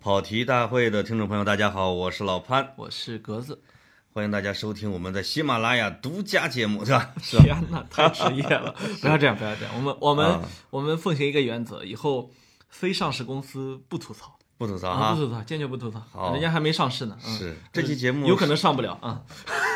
跑题大会的听众朋友，大家好，我是老潘，我是格子。欢迎大家收听我们在喜马拉雅独家节目，是 吧？是吧天哪，太职业了！ 不要这样，不要这样。我们我们、啊我们奉行一个原则，以后非上市公司不吐槽，不吐槽啊、不哈。吐槽，坚决不吐槽。好人家还没上市呢。嗯、是这期节目有可能上不了啊。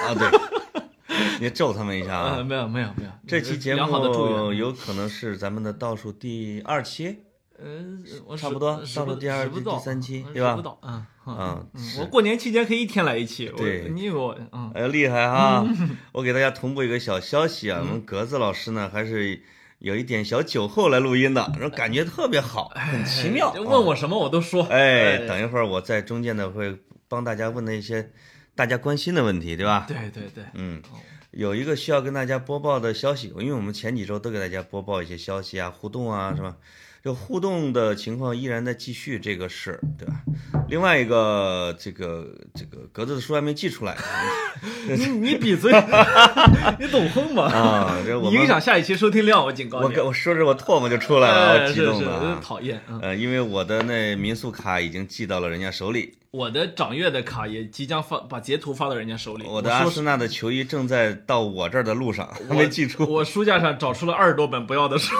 啊，对， 你咒他们一下嗯、呃，啊。没有没有没有。这期节良好的祝目愿。有可能是咱们的倒数第二期，嗯、呃，我差使不多使上不了第二使不期到第三期嗯对吧使不到，嗯嗯是我过年期间可以一天来一期。我对你以为我嗯，哎，厉害哈！我给大家同步一个小消息啊，嗯我们格子老师呢还是有一点小酒后来录音的，然后感觉特别好，哎很奇妙。啊就问我什么我都 说。哎，等一会儿我在中间呢会帮大家问的一些 大家关心的问题，对吧？对对对，嗯，有一个需要跟大家播报的消息，因为我们前几周都给大家播报一些消息啊、互动嗯啊，是吧？这互动的情况依然在继续这个事儿，对吧？另外一个，这个这个格子的书还没寄出 来 你你闭嘴， 你懂哼吗？啊，这我你影们响下一期收听量，我警告我你。跟我说着我唾沫就出来了，哎我激是动是的啊、讨厌。嗯，呃，因为我的那民宿卡已经寄到了人家手里，我的掌阅的卡也即将发，把截图发到人家手里。我我的阿说森纳的球衣正在到我这儿的路上，还我没寄出。我书架上找出了二十多本不要的书。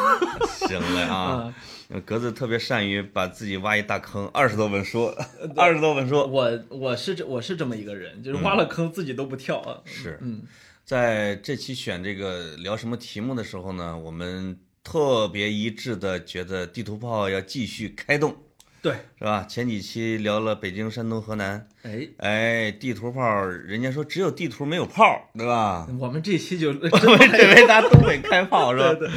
行了啊，嗯格子特别善于把自己挖一大坑，二十多本书，呃 二十多本书我我是这我是这么一个人，就是挖了坑自己都不跳啊。是。嗯，在这期选这个聊什么题目的时候呢，我们特别一致的觉得地图炮要继续开动，对，是吧？前几期聊了北京、山东、河南，哎，哎，地图炮，人家说只有地图没有炮，对吧？我们这期 就我们准备拿东北开炮是吧？对对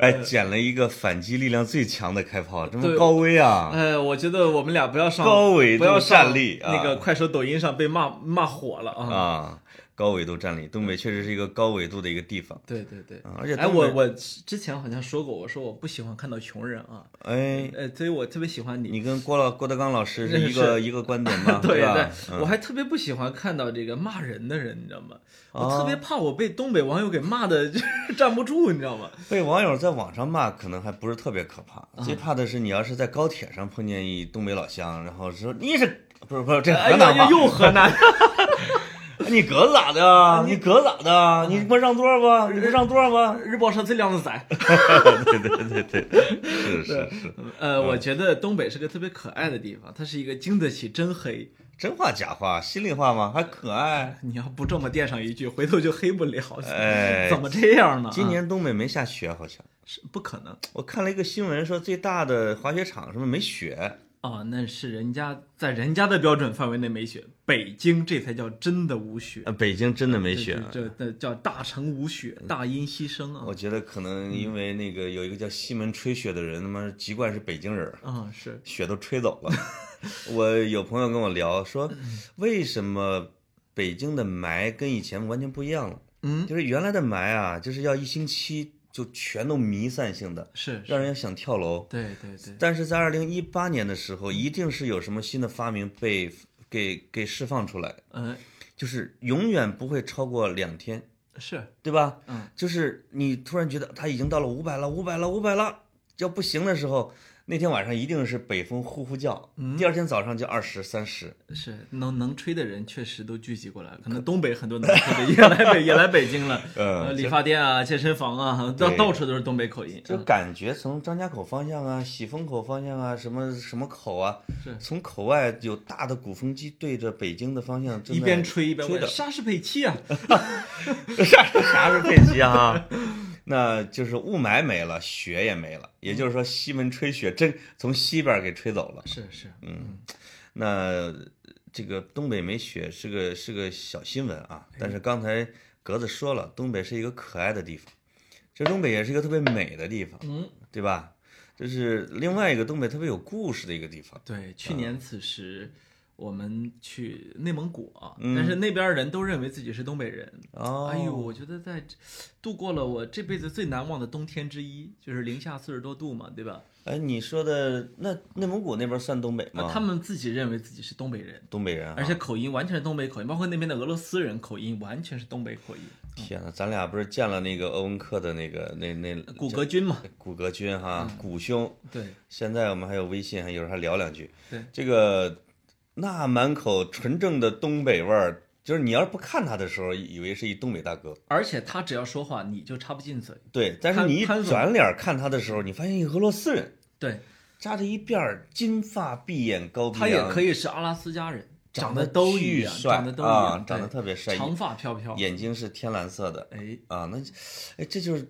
哎，捡了一个反击力量最强的开炮，这么对高危啊！呃，我觉得我们俩不要上高维度不要上站立啊那个快手、抖音上被骂骂火了啊。啊，高纬度战力，东北确实是一个高纬度的一个地方。对对对啊，而且哎，东北我我之前好像说过，我说我不喜欢看到穷人啊，哎，呃，所以我特别喜欢你。你跟郭老郭德纲老师是一个一个观点 吗？ 对吧？嗯对，我还特别不喜欢看到这个骂人的人，你知道吗？我特别怕我被东北网友给骂的就是站不住，你知道吗？被网友在网上骂，可能还不是特别可怕，最怕的是你要是在高铁上碰见一东北老乡，然后说你是 不是不是这哎哎河南话呀，，又河南， 你哥咋的啊？你哥咋的啊？你不让座吧？你不让座 吧？日报上最靓的仔。对对对对，是是是， 呃，我觉得东北是个特别可爱的地方，它是一个经得起真黑。真话假话，心里话嘛，还可爱。你要不这么垫上一句，回头就黑不了。哎怎么这样呢？今啊年东北没下雪，好像是不可能我看了一个新闻说最大的滑雪场什么没雪，哦，那是人家在人家的标准范围内没雪，北京这才叫真的无雪。呃，北京真的没雪。这这这叫大城无雪，大音希声啊我。觉得可能因为那个有一个叫西门吹雪的人，他妈籍贯是北京人，嗯，是雪都吹走 了。我有朋友跟我聊说，为什么北京的霾跟以前完全不一样了？嗯，就是原来的霾啊，就是要一星期就全都弥散性的，是，让人想跳楼。对对对，但是在二零一八年的时候，一定是有什么新的发明被给给释放出来，嗯，就是永远不会超过两天，是，对吧？嗯，就是你突然觉得它已经到了五百了，五百了，五百了，要不行的时候，那天晚上一定是北风呼呼叫，嗯第二天早上就二十三十。是能能吹的人确实都聚集过来，可能东北很多能吹的也来北也来北京了， 嗯呃理发店啊、健身房啊，到对到处都是东北口音。就感觉从张家口方向啊、喜峰口方向啊、什么什么口啊是，从口外有大的鼓风机对着北京的方向正一在边吹一边吹问的莎士佩琪啊，啥啥是佩奇啊？ 那就是雾霾没了，雪也没了，也就是说西门吹雪真从西边给吹 走了。是是，嗯那这个东北没雪是个是个小新闻啊，但是刚才格子说了，东北是一个可爱的地方，这东北也是一个特别美的地方，嗯，对吧？这是另外一个东北特别有故事的一个地方。对，去年此时。我们去内蒙古啊，但是那边人都认为自己是东北人。嗯哦，哎呦，我觉得在这度过了我这辈子最难忘的冬天之一，就是零下四十多度嘛，对吧？哎，你说的那内蒙古那边算东北吗？啊，他们自己认为自己是东北人，东北人、啊，而且口音完全是东北口音，包括那边的俄罗斯人口音完全是东北口音。天呐，咱俩不是见了那个欧文克的那个那那骨骼君嘛，骨骼君哈，嗯谷兄，对现在我们还有微信，还有时候还聊两句。对，这个那满口纯正的东北味儿，就是你要是不看他的时候，以为是一东北大哥。而且他只要说话，你就插不进嘴。对，但是潘你一潘总转脸看他的时候，你发现一个俄罗斯人对扎着一辫儿，金发碧眼高鼻他也梁可以是阿拉斯加人，长得得都一巨样，帅长得都一啊样，，长得对特别帅，长发飘飘。眼睛是天蓝色的哎，啊。那就，哎，这就是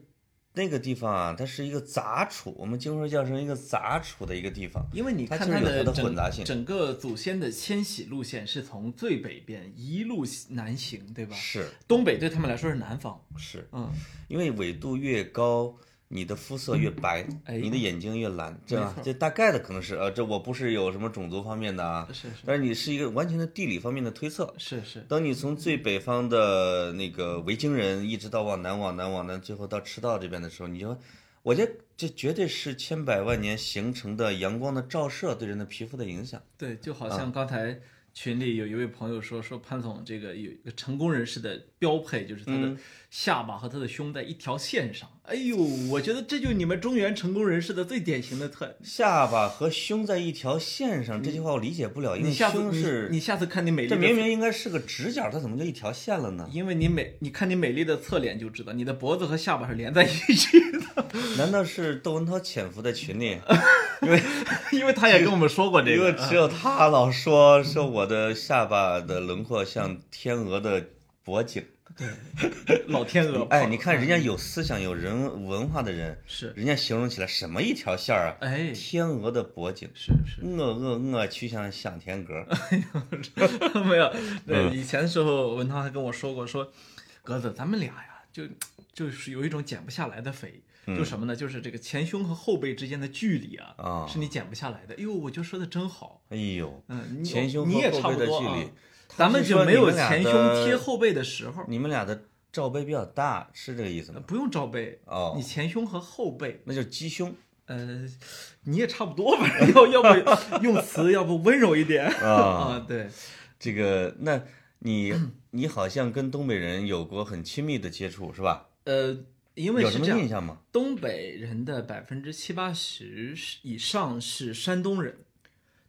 那个地方啊，它是一个杂处，我们经常叫成一个杂处的一个地方。因为你看它就是有的它的整混杂性整个祖先的迁徙路线是从最北边一路南行，对吧？是东北对他们来说是南方，是，嗯，因为纬度越高，你的肤色越白，哎你的眼睛越蓝，这没错这大概的可能是呃，这我不是有什么种族方面的啊，是是但是你是一个完全的地理方面的推测。是是，当你从最北方的那个维京人，一直到往南往南往南，最后到赤道这边的时候，你就，我觉得这绝对是千百万年形成的阳光的照射对人的皮肤的影响。对，就好像刚才群里有一位朋友说，说潘总这个有一个成功人士的标配，就是他的下巴和他的胸在一条线上。嗯哎呦，我觉得这就是你们中原成功人士的最典型的特。下巴和胸在一条线上，这句话我理解不了，因你为下次胸你是你下次看你美丽这的明明应该是个直角，它怎么就一条线了呢？因为你美，你看你美丽的侧脸就知道，你的脖子和下巴是连在一起 的，难道是窦文涛潜伏在群 里？啊因为他也跟我们说过这因为个。哎只有他老说说我的下巴的轮廓像天鹅的脖颈。老天鹅，哎，你看人家有思想、有人文化的人，是，人家形容起来什么一条线儿啊？哎，天鹅的脖颈，是是，我我我趋向向天阁。 没有，嗯对，以前的时候文涛还跟我说过，说格子，咱们俩呀，就就是有一种减不下来的肥，嗯就什么呢？就是这个前胸和后背之间的距离啊，啊是你减不下来的。哎呦，我就说的真好，哎呦，嗯，你前胸你和也后差背不的多距啊离，咱们就没有他是说前你们俩胸的贴后背的时候，你们俩的罩杯比较大，是这个意思吗？不用罩杯，哦你前胸和后背。那就是鸡 胸呃，你也差不多吧， 要要不用词，要不温柔一点啊。啊？对，这个，那你你好像跟东北人有过很亲密的接触是吧？呃，因为有什是这么样，印象吗？东北人的百分之七八十以上是山东人。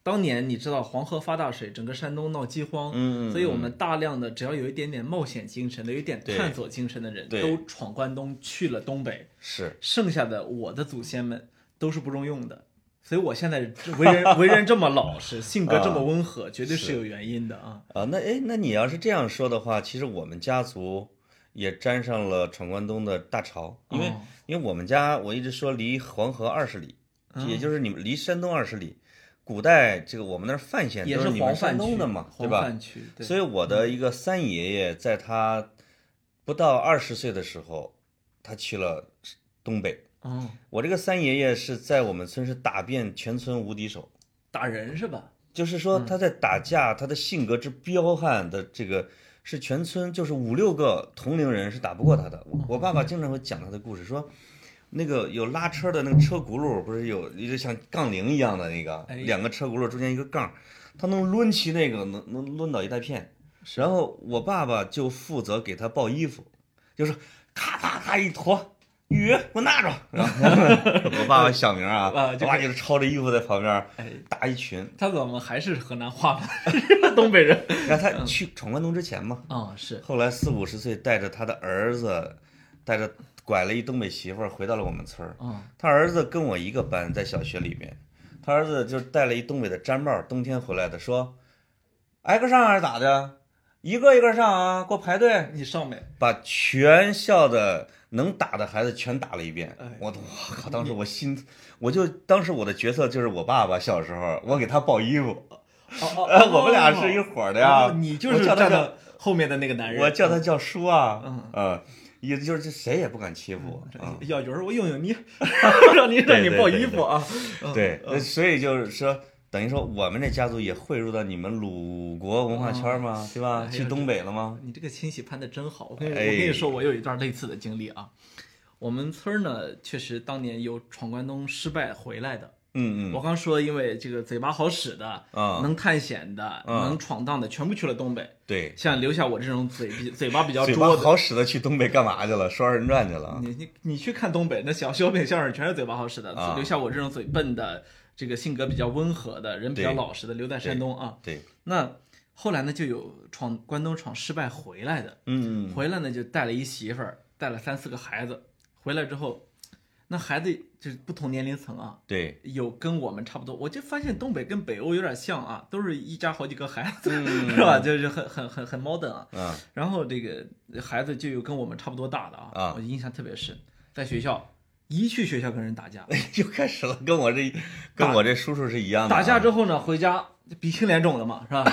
当年你知道黄河发大水，整个山东闹饥荒，嗯嗯所以我们大量的只要有一点点冒险精神的、有一点对探索精神的人，对都闯关东去了东北。是剩下的我的祖先们都是不中用的，所以我现在 为人为人这么老实，性格这么温和，绝对是有原因的啊。啊，那哎，那你要是这样说的话，其实我们家族也沾上了闯关东的大潮，因为、哦因为我们家我一直说离黄河二十里，哦也就是你们离山东二十里。古代这个我们那儿范县也都是你黄们泛山区东的嘛，对黄吧？泛区，对所以我的一个三爷爷在他不到二十岁的时候，他去了东北。哦，我这个三爷爷是在我们村是打遍全村无敌手，打人是吧？就是说嗯他在打架，他的性格之彪悍的这个是全村就是五六个同龄人是打不过他的。嗯我我爸爸经常会讲他的故事，说那个有拉车的那个车轱辘不是有一个像杠铃一样的那个哎，两个车轱辘中间一个杠，他能抡起那个能能抡倒一大片。然后我爸爸就负责给他抱衣服，就是咔咔咔一坨。雨，给我拿着！ 然后我爸爸小名啊， 啊我就爸就是抄着衣服在旁边哎，打一群，他怎么还是河南话 呢？东北 人那他去闯关东之前嘛，啊、是后来四五十岁，带着他的儿子，带着拐了一东北媳妇儿，回到了我们村儿。啊、他儿子跟我一个班，在小学里面，他儿子就是戴了一东北的毡帽，冬天回来的，说挨个上还是咋的？一个一个上啊，给我排队，你上面把全校的能打的孩子全打了一遍哎。我都我靠，当时我心，我就当时我的角色就是我爸爸小时候，我给他抱衣服，哦哦呃， 我们俩是一伙儿的呀哦。你就我是叫他站叫到后面的那个男人，我叫他叫叔啊，嗯呃，也就是谁也不敢欺负我啊。要有人我用用你， 让你让你对抱对衣服啊，嗯对，呃所以就是说，等于说我们这家族也汇入到你们鲁国文化圈嘛，对吧？哎去呀东北了吗？你这个亲戚攀的真好，我跟你、哎我跟你说，我有一段类似的经历啊。我们村儿呢，确实当年有闯关东失败回来的，嗯我嗯刚说，因为这个嘴巴好使的，啊，能探险的，嗯能闯荡的，全部去了东北，对，像留下我这种嘴比嘴巴比较嘴巴拙的。好使的去东北干嘛去了？说二人转去了你你你去看东北那小小品相声，全是嘴巴好使的，啊留下我这种嘴笨的，这个性格比较温和的人比较对老实的，留在山东啊。对，那后来呢，就有闯关东闯失败回来的，嗯嗯回来呢就带了一媳妇儿，带了三四个孩子。回来之后，那孩子就是不同年龄层啊，对，有跟我们差不多，我就发现东北跟北欧有点像啊，都是一家好几个孩子，嗯是吧？就是很很很很 modern 啊。嗯然后这个孩子就有跟我们差不多大的啊，啊我印象特别深，在学校一去学校跟人打架， 又开始了，跟我这跟我这叔叔是一样的啊，打架之后呢，回家鼻青脸肿的嘛，是吧？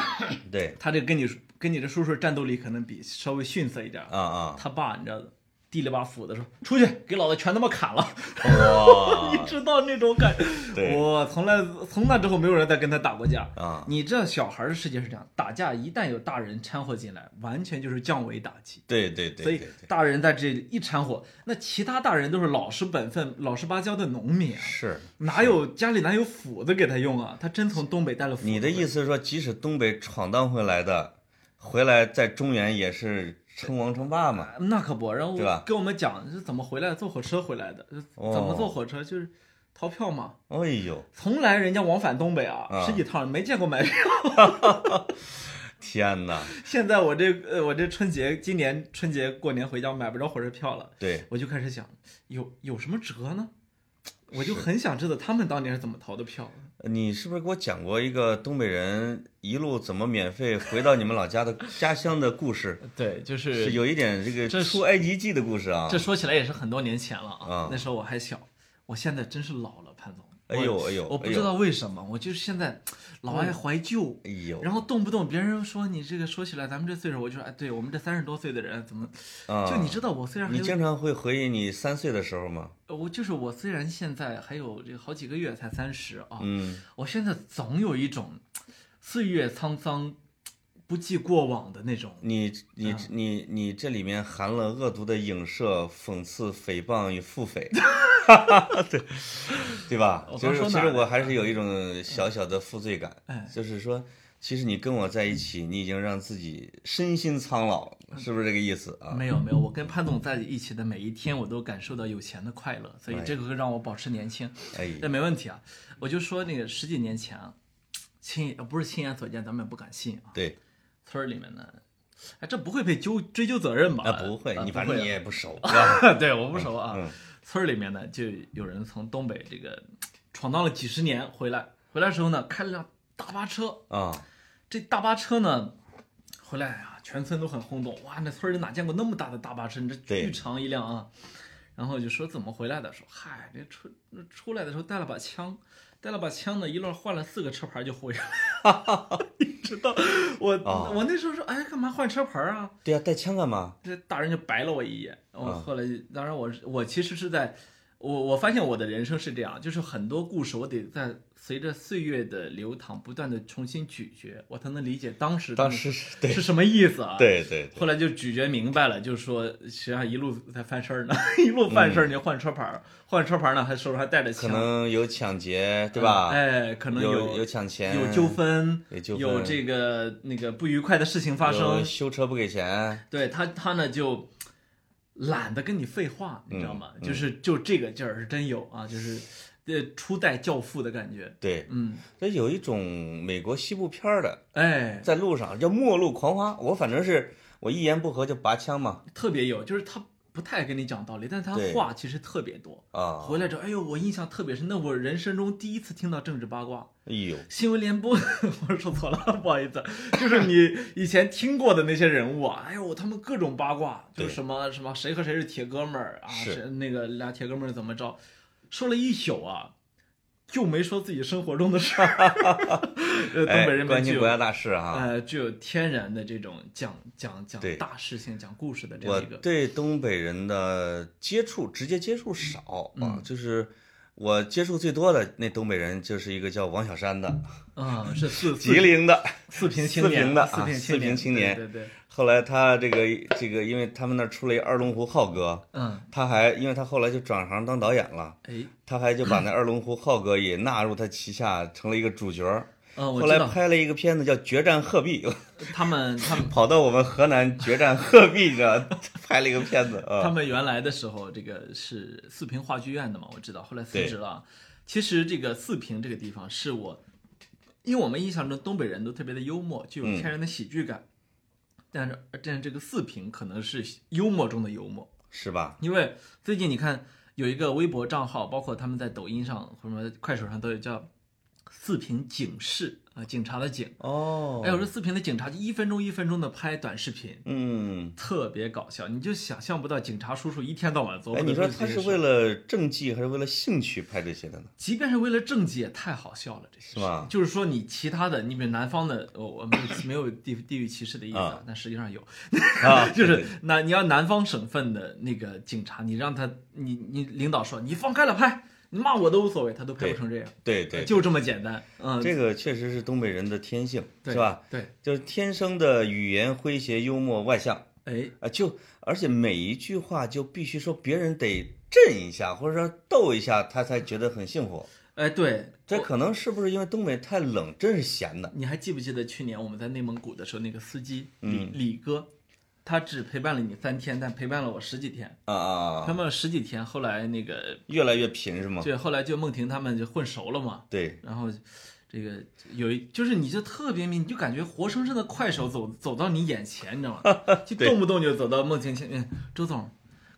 对，他这跟你跟你的叔叔战斗力可能比稍微逊色一点，啊 啊，他爸你知道的。递了把斧子说：“出去，给老子全他妈砍了！”你 哇，知道那种感啊对觉，我从来从那之后没有人再跟他打过架。啊，你知道小孩儿的世界是这样，打架一旦有大人掺和进来，完全就是降维打击。对对对，所以对对大人在这里一掺和，那其他大人都是老实本分、老实巴交的农民啊，是哪有家里哪有斧子给他用啊？他真从东北带了斧子。你的意思？思是说，即使东北闯荡回来的，回来在中原也是称王称霸嘛？那可不，然后对吧跟我们讲是怎么回来，坐火车回来的，是怎哦么坐火车就是逃票嘛。哎呦，从来人家往返东北啊，啊十几趟没见过买票。 天哪！现在我这呃我这春节今年春节过年回家买不着火车票了。对，我就开始想，有有什么辙呢？我就很想知道他们当年是怎么逃的票。你是不是给我讲过一个东北人一路怎么免费回到你们老家的家乡的故事？对，就是有一点这个这是出埃及记的故事啊这！说起来也是很多年前了啊，啊那时候我还小，我现在真是老了，潘总。哎我呦哎呦我不知道为什么，我就是现在老爱怀旧。哎呦，然后动不动别人说你这个说起来咱们这岁数，我就说哎，对我们这三十多岁的人怎么啊，就你知道我虽然还你有经常会回忆你三岁的时候吗？我就是我虽然现在还有这个好几个月才三十啊，嗯，我现在总有一种岁月沧桑、不记过往的那种。你你啊你你这里面含了恶毒的影射、讽刺、诽谤与腹 诽，对对吧我？刚就是说其哪实儿我了还是有一种小小的负罪感哎，就是说，其实你跟我在一起，你已经让自己身心苍老，是不是这个意思啊？没有没有，我跟潘总在一起的每一天，我都感受到有钱的快乐，所以哎这个会让我保持年轻，哎，这没问题啊。我就说那个十几年前啊，亲呃不是亲眼所见，咱们也不敢信啊。对，村儿里面呢，哎，这不会被纠追究责任吧？啊不会，啊你不反正会你啊也不 熟，是吧对我不熟啊。嗯 村儿里面呢，就有人从东北这个闯荡了几十年回来，回来的时候呢，开了辆大巴车，啊，这大巴车呢，回来啊，全村都很轰动。哇，那村里哪见过那么大的大巴车？你这对巨长一辆啊！然后就说怎么回来的？说嗨，这出出来的时候带了把枪，带了把枪呢，一路换了四个车牌就回来了。 你知道我、哦我那时候说，哎，干嘛换车牌啊？对呀，带枪干嘛？这大人就白了我一眼。我啊后来，当然我是我其实是在，我我发现我的人生是这样，就是很多故事我得在随着岁月的流淌，不断的重新咀嚼，我才能理解当时当他们时是 对是什么意思啊？。对对对，后来就咀嚼明白了，就是说，实际上一路在犯事儿呢， 一路犯事儿你就换车牌儿，换车牌儿呢还手上还带着嗯可枪，能有抢劫，对吧？哎，可能有有抢钱，有纠纷，有纠纷有这个那个不愉快的事情发生有，修车不给钱，对他，他呢就懒得跟你废话，你知道吗？就是就这个劲儿是真有啊，就是呃初代教父的感觉。对，嗯，这有一种美国西部片儿的，哎，在路上叫末路狂花。我反正是我一言不合就拔枪嘛，特别有，就是他不太跟你讲道理，但他对话其实特别多。啊，回来之后，哎呦，我印象特别深，那我人生中第一次听到政治八卦。哎呦，新闻联播， 我说错了， 不好意思，就是你 以前听过的那些人物啊，哎呦，他们各种八卦，就是对什么什么谁和谁是铁哥们儿啊，是谁那个俩铁哥们儿怎么着，说了一宿啊，就没说自己生活中的事儿。 呃，东哎北人关民具心有国家大事啊。呃具有天然的这种讲讲讲对大事情、讲故事的这我样一个，对东北人的接触，直接接触少啊，嗯就是我接触最多的那东北人就是一个叫王小山的，啊，是四四吉林的，四平青四年，平的四啊平四平青年，年对对对，后来他这个这个，因为他们那儿出了一二龙湖浩哥，嗯，他还因为他后来就转行当导演了，哎，他还就把那二龙湖浩哥也纳入他旗下，成了一个主角儿。嗯，我后知来道拍了一个片子叫《决战鹤壁》，他们他们跑到我们河南决战鹤壁这拍了一个片 子他啊。们原来的时候，这个是四平话剧院的嘛，我知道，后来辞职了啊。其实这个四平这个地方是我，因为我们印象中东北人都特别的幽默，具有天然的喜剧感，但是但是这个四平可能是幽默中的幽默，是吧？因为最近你看有一个微博账号，包括他们在抖音上或者什么快手上都有叫“四平警示”啊，警察的警。哦哎，我说四平的警察就一分钟一分钟的拍短视频，嗯，特别搞笑，你就想象不到警察叔叔一天到晚琢磨哎，的你都说这他些是事为儿，了政绩还是为了兴趣拍这些的呢？即便是为了政绩，也太好笑了，这些是吧就是说你其他的，你比如南方的，哦我我没有没有地地域歧视的意思啊啊，但实际上有，啊，就是那你要南方省份的那个警察，你让他你你领导说你放开了拍，你骂我都无所谓，他都拍对不成这样，对对，就这么简单，嗯，这个确实是东北人的天性，对是吧？？对，就是天生的语言诙谐、幽默、外向。哎，啊，就而且每一句话就必须说别人得震一下，或者说逗一下，他才觉得很幸福。哎，对，这可能是不是因为东北太冷，真是闲的？你还记不记得去年我们在内蒙古的时候，那个司机李、李哥，他只陪伴了你三天，但陪伴了我十几天。啊啊他啊！们十几天，后来那个越来越贫是吗？对，后来就孟婷他们就混熟了嘛。对，然后这个有一就是你就特别明，你就感觉活生生的快手走走到你眼前，你知道吗？ 就动不动就走到孟婷前面，周总，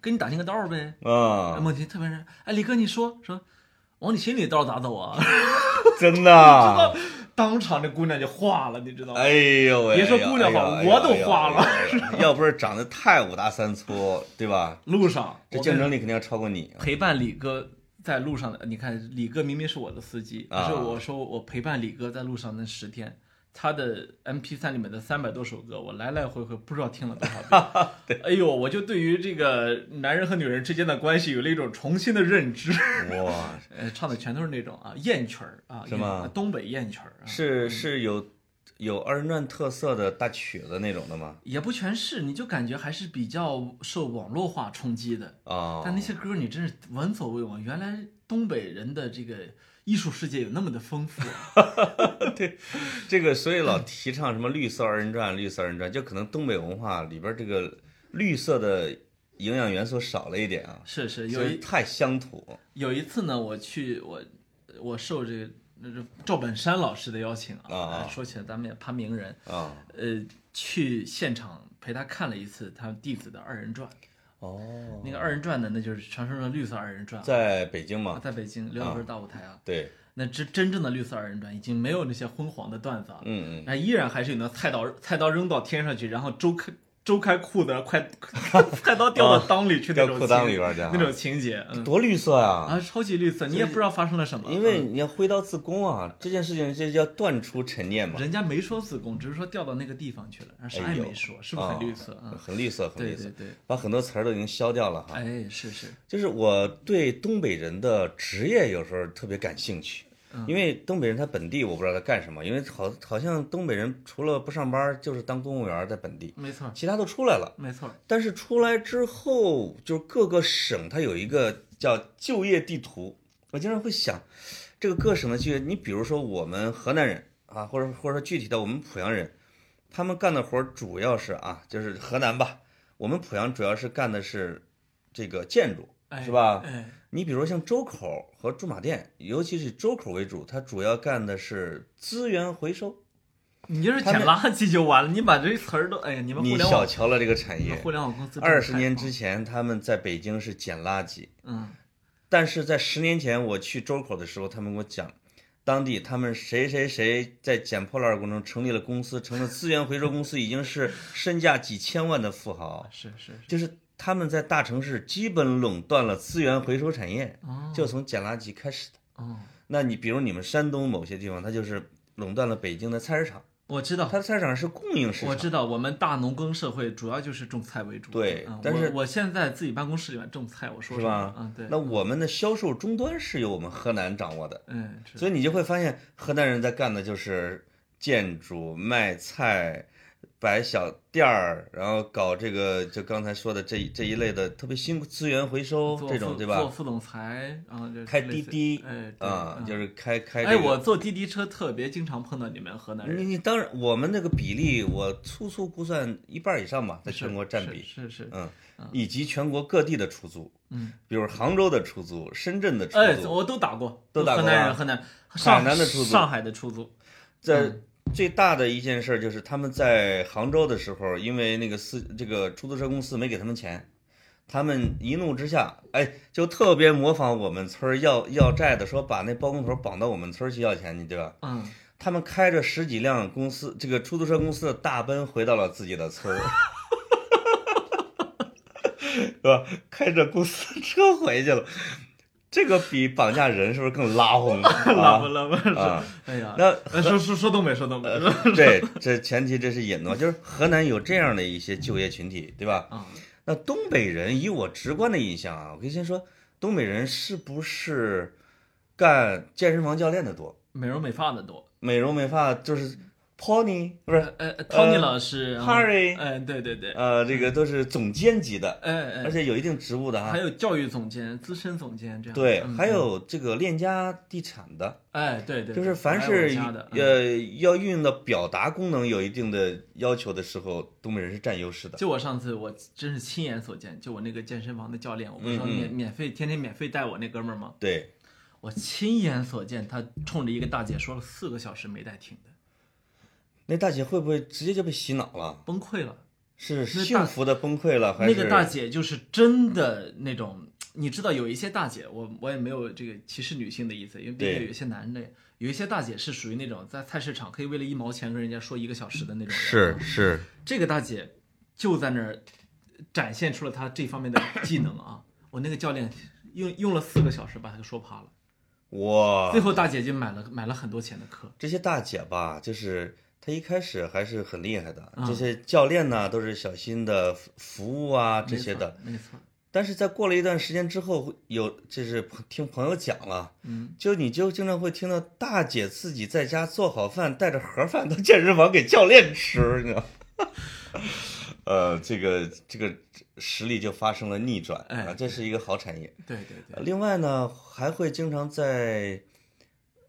给你打听个道儿呗。哎啊，孟婷特别是，哎，李哥你说说，往你心里道儿咋走啊？ 真的啊。当场这姑娘就化了，你知道吗？哎呦喂！别说姑娘哎好呦哎呦我都花了哎呦哎呦哎呦要不是长得太五大三粗，对吧？路上这我竞跟争力肯定要超过你。啊陪伴李哥在路上的，你看李哥明明是我的司机，可啊是我说我陪伴李哥在路上那十天，他的 M P 3里面的三百多首歌，我来来回回不知道听了 多少遍。哎呦，我就对于这个男人和女人之间的关系有了一种重新的 认知。哇，呃，唱的全都是那种啊艳曲儿啊，是吗艳东北艳曲儿啊，是是有有二人转特色的大曲子那种的吗？也不全是，你就感觉还是比较受网络化冲击的。啊，但那些歌你真是闻所未闻，原来东北人的这个艺术世界有那么的丰富啊。 这个，所以老提倡什么绿色二人转、绿色二人转，就可能东北文化里边这个绿色的营养元素少了一点啊，是是，有所以一太乡土。有一次呢，我去我我受这个那是赵本山老师的邀请啊，啊啊说起来咱们也攀名人，啊，呃，去现场陪他看了一次他弟子的二人转，哦，那个二人转呢，那就是传说中的绿色二人转。在北京啊嘛，在北京辽宁大舞台啊，对，那真真正的绿色二人转已经没有那些昏黄的段子啊，嗯嗯，那依然还是有那菜刀，菜刀扔到天上去，然后周开周开裤子，快 菜刀掉到裆里去那啊掉种裤情裆里边去啊那种情节，嗯多绿色呀！啊，超级绿色，你也不知道发生了什么，嗯因为你要挥刀自宫啊，这件事情这叫断出陈念嗯嘛。人家没说子宫，只是说掉到那个地方去了，然后啥哎也呦没说，是不是很绿色？啊嗯，很绿色，很对绿色啊对，对，把很多词儿都已经消掉了哈。哎，是是，就是我对东北人的职业有时候特别感兴趣，因为东北人他本地我不知道他干什么，因为好好像东北人除了不上班就是当公务员在本地，没错其他都出来了。没错，但是出来之后，就是各个省它有一个叫就业地图，我经常会想，这个各省的就业，你比如说我们河南人啊，或者或者说具体的我们濮阳人，他们干的活儿主要是啊，就是河南吧，我们濮阳主要是干的是这个建筑，哎是吧？哎，你比如像周口和驻马店，尤其是周口为主，它主要干的是资源回收。你就是捡垃圾就完了，你把这词儿都，哎呀，你们互你联小网瞧了这个产业。互联网公司真二是十太年棒之了，前，他们在北京是捡垃圾，嗯，但是在十年前我去周口的时候，他们给我讲，当地他们谁谁谁在捡破烂儿过程中成立了公司，成了资源回收公司，已经是身价几千万的富豪，是是是，就是他们在大城市基本垄断了资源回收产业，哦就从捡垃圾开始的。哦，那你比如你们山东某些地方，它就是垄断了北京的菜市场，我知道，它的菜市场是供应市我场，知道，我们大农耕社会主要就是种菜为主。对嗯但我是我现在自己办公室里面种菜，我说是什么吧？嗯，对，那我们的销售终端是由我们河南掌握的，嗯，是所以你就会发现河南人在干的就是建筑、卖菜、摆小店儿，然后搞这个就刚才说的这一这一类的特别辛苦资源回收做这种，副对吧做？副总裁，啊，就开类滴似滴哎，对啊、嗯就是开开哎，这个。嗯我坐滴滴车特别经常碰到你们河南你人，你当然，我们那个比例，我粗粗估算一半以上吧，在全国占比，是是，是嗯，以及全国各地的出租，嗯，比如杭州的出租、深圳的出哎，租，我都打过，都打过河南啊人，河南上海南的出租上海的出租，嗯在最大的一件事儿就是他们在杭州的时候，因为那个司这个出租车公司没给他们钱，他们一怒之下，哎，就特别模仿我们村儿要要债的，说把那包工头绑到我们村儿去要钱去，对吧？嗯，他们开着十几辆公司这个出租车公司的大奔回到了自己的村 儿，是吧？开着公司车回去了，这个比绑架人是不是更拉轰？ 拉不拉不啊是，哎呀， 那呃哎说说说东北，说东北，对，这前提这是引的嘛， 就是河南有这样的一些就业群体，对吧？啊，那东北人，以我直观的印象啊，我可以先说，东北人是不是干健身房教练的多，美容美发的多，美容美发就是 pony 不是，呃呃，Tony 老师嗯 Harry 哎，对对对，呃，这个都是总监级的，哎而哎，且有一定职务的还哈。有教育总监、资深总监这样，对，嗯还，有这个链家地产的，哎，对对，就是对凡还有我是家的，嗯呃要运用到表达功能有一定的要求的时候，东北人是占优势的。就我上次，我真是亲眼所见，就我那个健身房的教练，我不是说嗯嗯免免费天天免费带我那哥们儿吗？对，我亲眼所见，他冲着一个大姐说了四个小时没带停的，那大姐会不会直接就被洗脑了？崩溃了。是那大幸福的崩溃了，还那是个大姐就是真的那种，你知道有一些大姐，我我也没有这个歧视女性的意思，因为毕对竟有一些男的，有一些大姐是属于那种在菜市场可以为了一毛钱跟人家说一个小时的那种人。是是，这个大姐就在那儿展现出了她这方面的技能啊！我那个教练用用了四个小时把她给说趴了，哇最！后大姐就买了买了很多钱的课，这些大姐吧，就是她一开始还是很厉害的，嗯这些教练呢都是小心的服服务啊这些的，没错，但是在过了一段时间之后，会有就是朋听朋友讲了，嗯，就你就经常会听到大姐自己在家做好饭，带着盒饭到健身房给教练 吃，你知道吗。呃，这个这个实力就发生了逆转啊，哎这是一个好产业。没错，对对对，另外呢，还会经常在，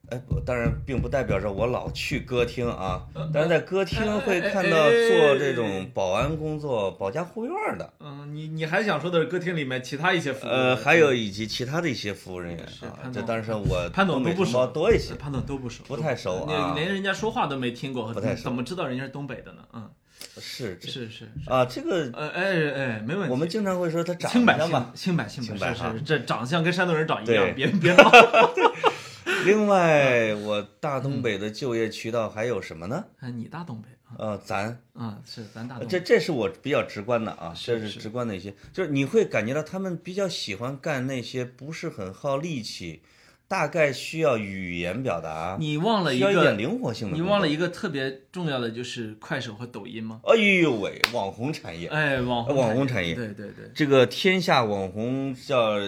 哎，不，当然并不代表着我老去歌厅啊，但是在歌厅会看到做这种保安工作、保家护院的，嗯，你你还想说的是歌厅里面其他一些服务？呃，还有以及其他的一些服务人员是啊潘，这总当然是我潘总东北都不同胞熟多一些。潘总都不熟，不太熟那啊连人家说话都没听过，不太熟怎么知道人家是东北的呢？嗯，是这是是，啊，这个呃哎哎，没问题。我们经常会说他长清白相吧清。清白清清白白是哈是是，这长相跟山东人长一对样，别别 闹。 另外，嗯我大东北的就业渠道还有什么呢？哎你大东北啊，呃，咱嗯，是咱大呃东这北，这是我比较直观的啊，这是是是直观的一些，就是你会感觉到他们比较喜欢干那些不是很耗力气，大概需要语言表达，你忘了一需要一点个，灵活性的。你忘了一个？个特别重要的就是快手和抖音吗？哎呦喂，网红产业，哎，网呃红网红产业，对对对，这个天下网红叫，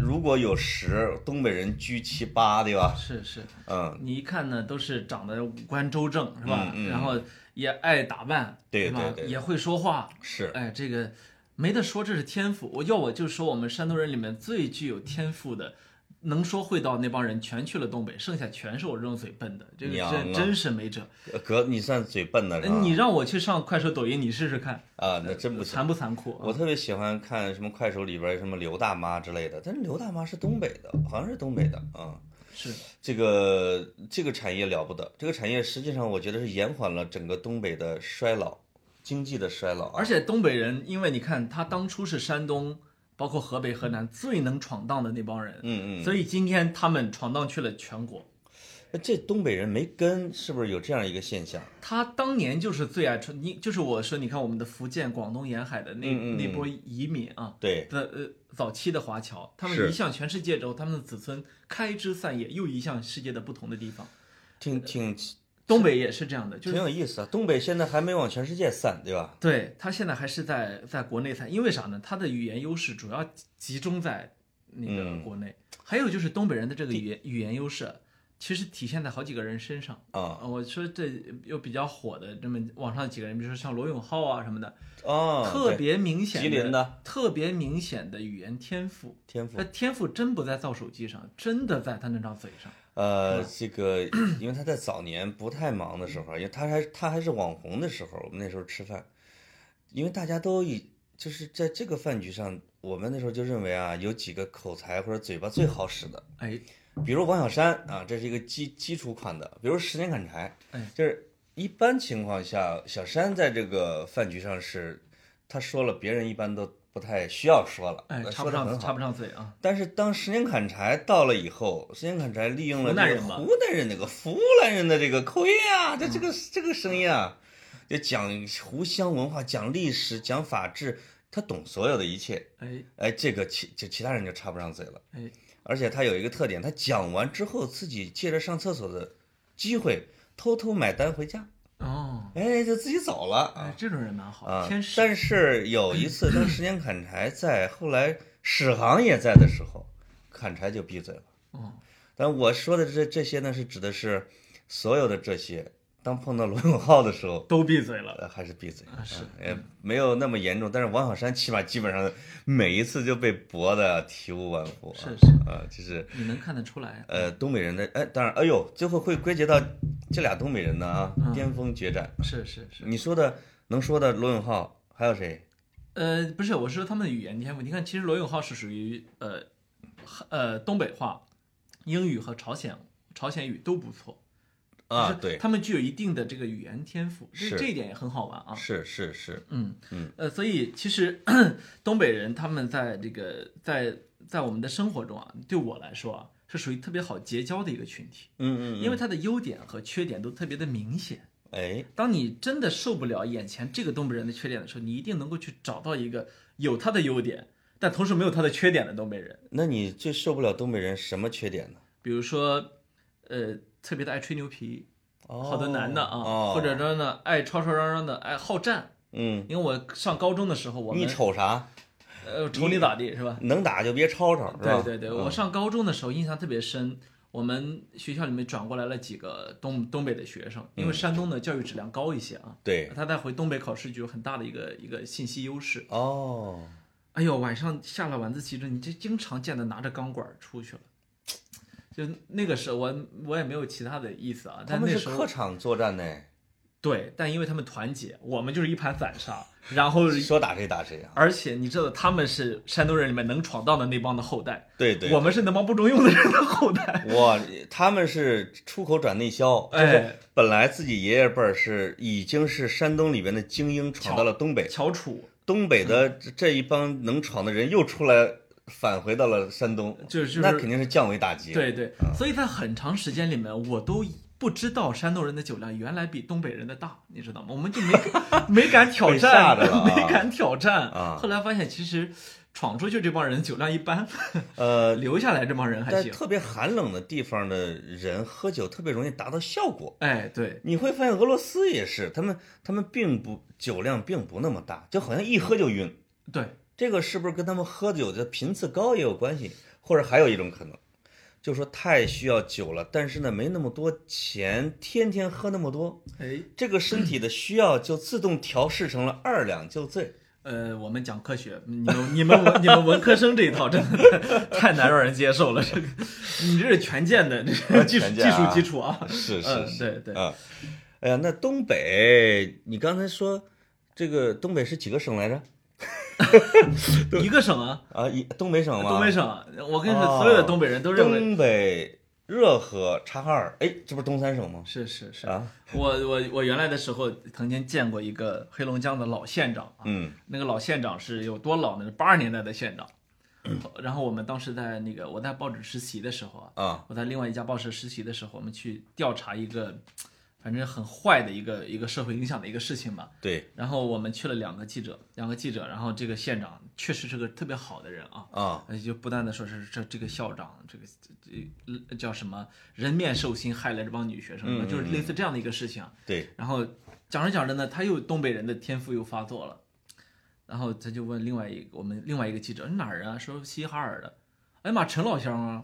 如果有十，东北人居其八，对吧？是是，嗯，你一看呢都是长得五官周正是吧嗯嗯？然后也爱打扮，对是吧对对也会说话，是哎，这个没得说，这是天赋。我要我就说，我们山东人里面最具有天赋的，能说会道那帮人全去了东北，剩下全是我这种嘴笨的，这个娘真啊真是没辙。哥，你算嘴笨的是吧你让我去上快手、抖音，你试试看，啊，那真不行。残不残酷我啊？特别喜欢看什么快手里边儿什么刘大妈之类的，但是刘大妈是东北的，好像是东北的啊、是这个这个产业了不得，这个产业实际上我觉得是延缓了整个东北的衰老，经济的衰老啊。而且东北人，因为你看他当初是山东，包括河北、河南最能闯荡的那帮人，嗯所以今天他们闯荡去了全国。嗯，这东北人没根，是不是有这样一个现象？他当年就是最爱穿，你就是我说，你看我们的福建、广东沿海的那、嗯嗯嗯那波移民啊，对，的呃早期的华侨，他是们移向全世界之后，他们的子孙开枝散叶，又移向世界的不同的地方。挺挺东北也是这样的，就挺呃是有意思啊。东北现在还没往全世界散，对吧？对他现在还是在在国内赛，因为啥呢？他的语言优势主要集集中在那个嗯国内，还有就是东北人的这个语言语言优势，其实体现在好几个人身上。啊呃我说这又比较火的这么网上几个人，比如说像罗永浩啊什么的，啊，特对别明显吉林的嗯特别明显的语言天赋。天赋那。天赋真不在造手机上，真的在他那张嘴上。呃，这个因为他在早年不太忙的时候，因为他还他还是网红的时候，我们那时候吃饭，因为大家都以就是在这个饭局上，我们那时候就认为啊，有几个口才或者嘴巴最好使的，哎，比如王小山啊，这是一个基基础款的，比如十年砍柴哎，就是一般情况下，小山在这个饭局上是他说了，别人一般都不太需要说了，哎，呃插说不的很上，好插。不上嘴啊。但是当十年砍柴到了以后，十年砍柴利用了湖南这个人嗯吧湖南人那个湖南人的这个口音啊，这这个、这个声音啊，就讲湖湘文化，讲历史，讲法治，他懂所有的一切。哎哎，这个其就其他人就插不上嘴了。哎，而且他有一个特点，他讲完之后自己借着上厕所的机会偷偷买单回家，哦，哎，就自己走了哎啊，这种人蛮好，啊天！使。但是有一次，当十年砍柴在，后来史航也在的时候，砍柴就闭嘴了。哦。但我说的这这些呢，是指的是所有的这些。当碰到罗永浩的时候，都闭嘴了。呃，还是闭嘴啊是嗯也没有那么严重。但是王小山起码基本上每一次就被驳的体无完肤啊，是是啊，就是你能看得出来，呃，东北人的哎，当然，哎呦，最后会归结到这俩东北人呢啊，嗯巅峰决战。是是是，你说的能说的罗永浩，还有谁？呃，不是，我是说他们的语言天赋。你看，其实罗永浩是属于呃呃东北话、英语和朝鲜朝鲜语都不错啊，就是对，他们具有一定的这个语言天赋，这是这一点也很好玩啊。是是是，嗯嗯，呃，所以其实 东北人他们在这个在在我们的生活中啊，对我来说啊，是属于特别好结交的一个群体，嗯嗯，因为他的优点和缺点都特别的明显。哎，当你真的受不了眼前这个东北人的缺点的时候，你一定能够去找到一个有他的优点，但同时没有他的缺点的东北人。那你最受不了东北人什么缺点呢？比如说，呃，特别的爱吹牛皮，哦好多男的啊，哦、或者说呢，爱吵吵嚷嚷的，爱好战。嗯，因为我上高中的时候，我你们瞅啥？呃瞅你咋地是吧？能打就别吵吵，是吧？对对对，嗯我上高中的时候印象特别深。我们学校里面转过来了几个东东北的学生，嗯因为山东的教育质量高一些啊，对，他在回东北考试就有很大的一个一个信息优势。哦，哎呦，晚上下了晚自习之后，你就经常见的拿着钢管儿出去了。就那个时候，我我也没有其他的意思啊，他但们那是时候客场作战呢，对，但因为他们团结，我们就是一盘散沙，然后说打谁打谁啊？而且你知道他们是山东人里面能闯荡的那帮的后代，对对，我们是那帮不中用的人的后代。 哇，他们是出口转内销，就是哎本来自己爷爷辈儿是已经是山东里边的精英，闯到了东北，乔楚东北的这这一帮能闯的人又出来返回到了山东，就是就是那肯定是降维打击。，对对，嗯所以在很长时间里面，我都不知道山东人的酒量原来比东北人的大，你知道吗？我们就没没敢挑被吓战，着了啊没敢挑战。啊后来发现，其实闯出去这帮人酒量一般，呃，留下来这帮人还在行。特别寒冷的地方的人喝酒特别容易达到效果。哎，对，你会发现俄罗斯也是，他们他们并不酒量并不那么大，就好像一喝就晕。对，这个是不是跟他们喝酒的频次高也有关系？或者还有一种可能，就是说太需要酒了，但是呢没那么多钱，天天喝那么多，哎，这个身体的需要就自动调试成了二两就醉。呃，我们讲科学，你们你们文你们文科生这一套真的太难让人接受了。这个，你这是权健的，这是技术权技健术啊基础啊。是嗯，对对，啊，哎呀，那东北，你刚才说这个东北是几个省来着？一个省啊，啊，一东北省吗？东北省啊，我跟你说，哦所有的东北人都认为东北热河、察哈尔，哎，这不是东三省吗？是是是，啊，我我我原来的时候曾经见过一个黑龙江的老县长啊，嗯，那个老县长是有多老呢？是八十年代的县长。然后我们当时在那个我在报纸实习的时候啊，啊，我在另外一家报社实习的时候，我们去调查一个反正很坏的一个一个社会影响的一个事情嘛。对然后我们去了两个记者，两个记者，然后这个县长确实是个特别好的人啊，啊，呃就不断的说是这这个校长，这个这这叫什么人面兽心害了这帮女学生，嗯嗯就是类似这样的一个事情啊。对，然后讲着讲着呢，他又东北人的天赋又发作了，然后他就问另外一个我们另外一个记者你哪儿人啊？说齐齐哈尔的。哎呀妈，陈老乡 啊！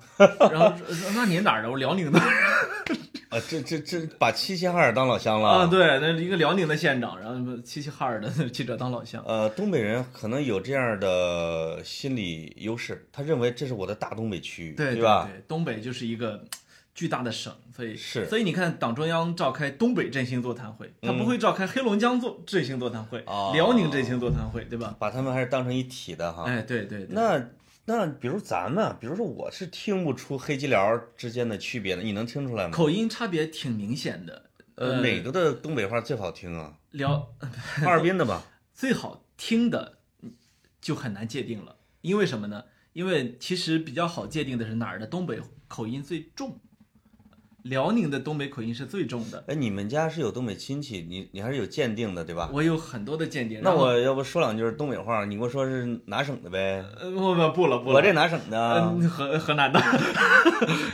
然后说说那你哪儿的？我辽宁的啊，这这这把齐齐哈尔当老乡了 啊，，对，那一个辽宁的县长，然后什么齐齐哈尔的记者当老乡。呃，东北人可能有这样的心理优势，他认为这是我的大东北区域，对吧？对，东北就是一个巨大的省，所以是嗯所以你看，党中央召开东北振兴座谈会，他不会召开黑龙江座振兴座谈会、哦辽宁振兴座谈会，对吧？把他们还是当成一体的哈。哎，对对对，那那比如咱们，比如说我是听不出黑吉辽之间的区别的，你能听出来吗？口音差别挺明显的。呃，哪个的东北话最好听啊？辽哈尔滨的吧？ 最好听的嗯就很难界定了，因为什么呢？因为其实比较好界定的是哪儿的东北口音最重，辽宁的东北口音是最重的。哎，你们家是有东北亲戚，你你还是有鉴定的对吧？我有很多的间谍，那然后我要不说两句东北话，你给我说是哪省的呗？呃不不不了不了，我这哪省的啊？嗯，河河南的，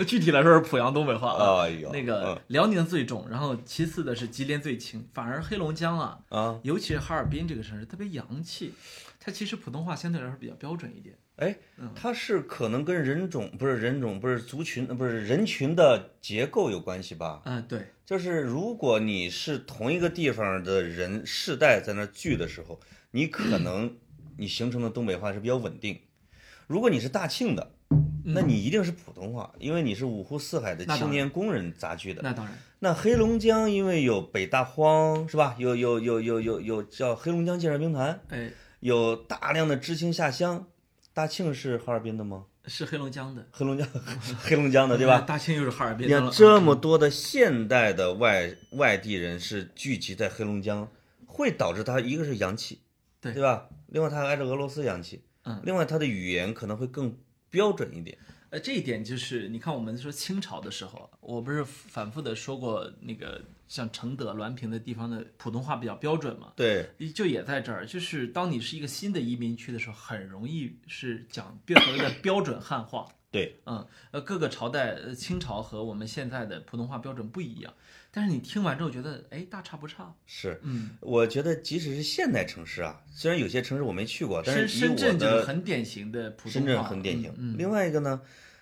具体来说是濮阳东北话啊。哎呦，那个辽宁最重，然后其次的是吉林最轻，反而黑龙江啊，嗯啊，尤其是哈尔滨这个城市特别洋气，它其实普通话相对来说比较标准一点。哎嗯，它是可能跟人种不是人种不是族群呃不是人群的结构有关系吧？嗯，对，就是如果你是同一个地方的人，世代在那儿聚的时候，你嗯可能你形成的东北话是比较稳定。如果你是大庆的，那你一定是普通话，因为你是五湖四海的嗯那当然青年工人杂居的。那当然，那黑龙江因为有北大荒是吧？有有有有有有叫黑龙江建设兵团，哎，有大量的知青下乡。大庆是哈尔滨的吗？是黑龙江的，黑龙江， 黑龙江的对吧？大庆又是哈尔滨你的看嗯了，这么多的现代的外外地人是聚集在黑龙江，会导致他一个是洋气，对对吧？另外他还挨着俄罗斯洋气，嗯，另外他的语言可能会更标准一点。呃，这一点就是你看，我们说清朝的时候，我不是反复的说过那个像承德、滦平的地方的普通话比较标准嘛？对，就也在这儿，就是当你是一个新的移民区的时候，很容易是讲变所谓的标准汉化。对，嗯，呃，各个朝代，呃清朝和我们现在的普通话标准不一样，但是你听完之后觉得，哎，大差不差。是。嗯，我觉得即使是现代城市啊，虽然有些城市我没去过，但深是以我深的圳就是很典型的普通话，深圳很典型。嗯，嗯另外一个呢，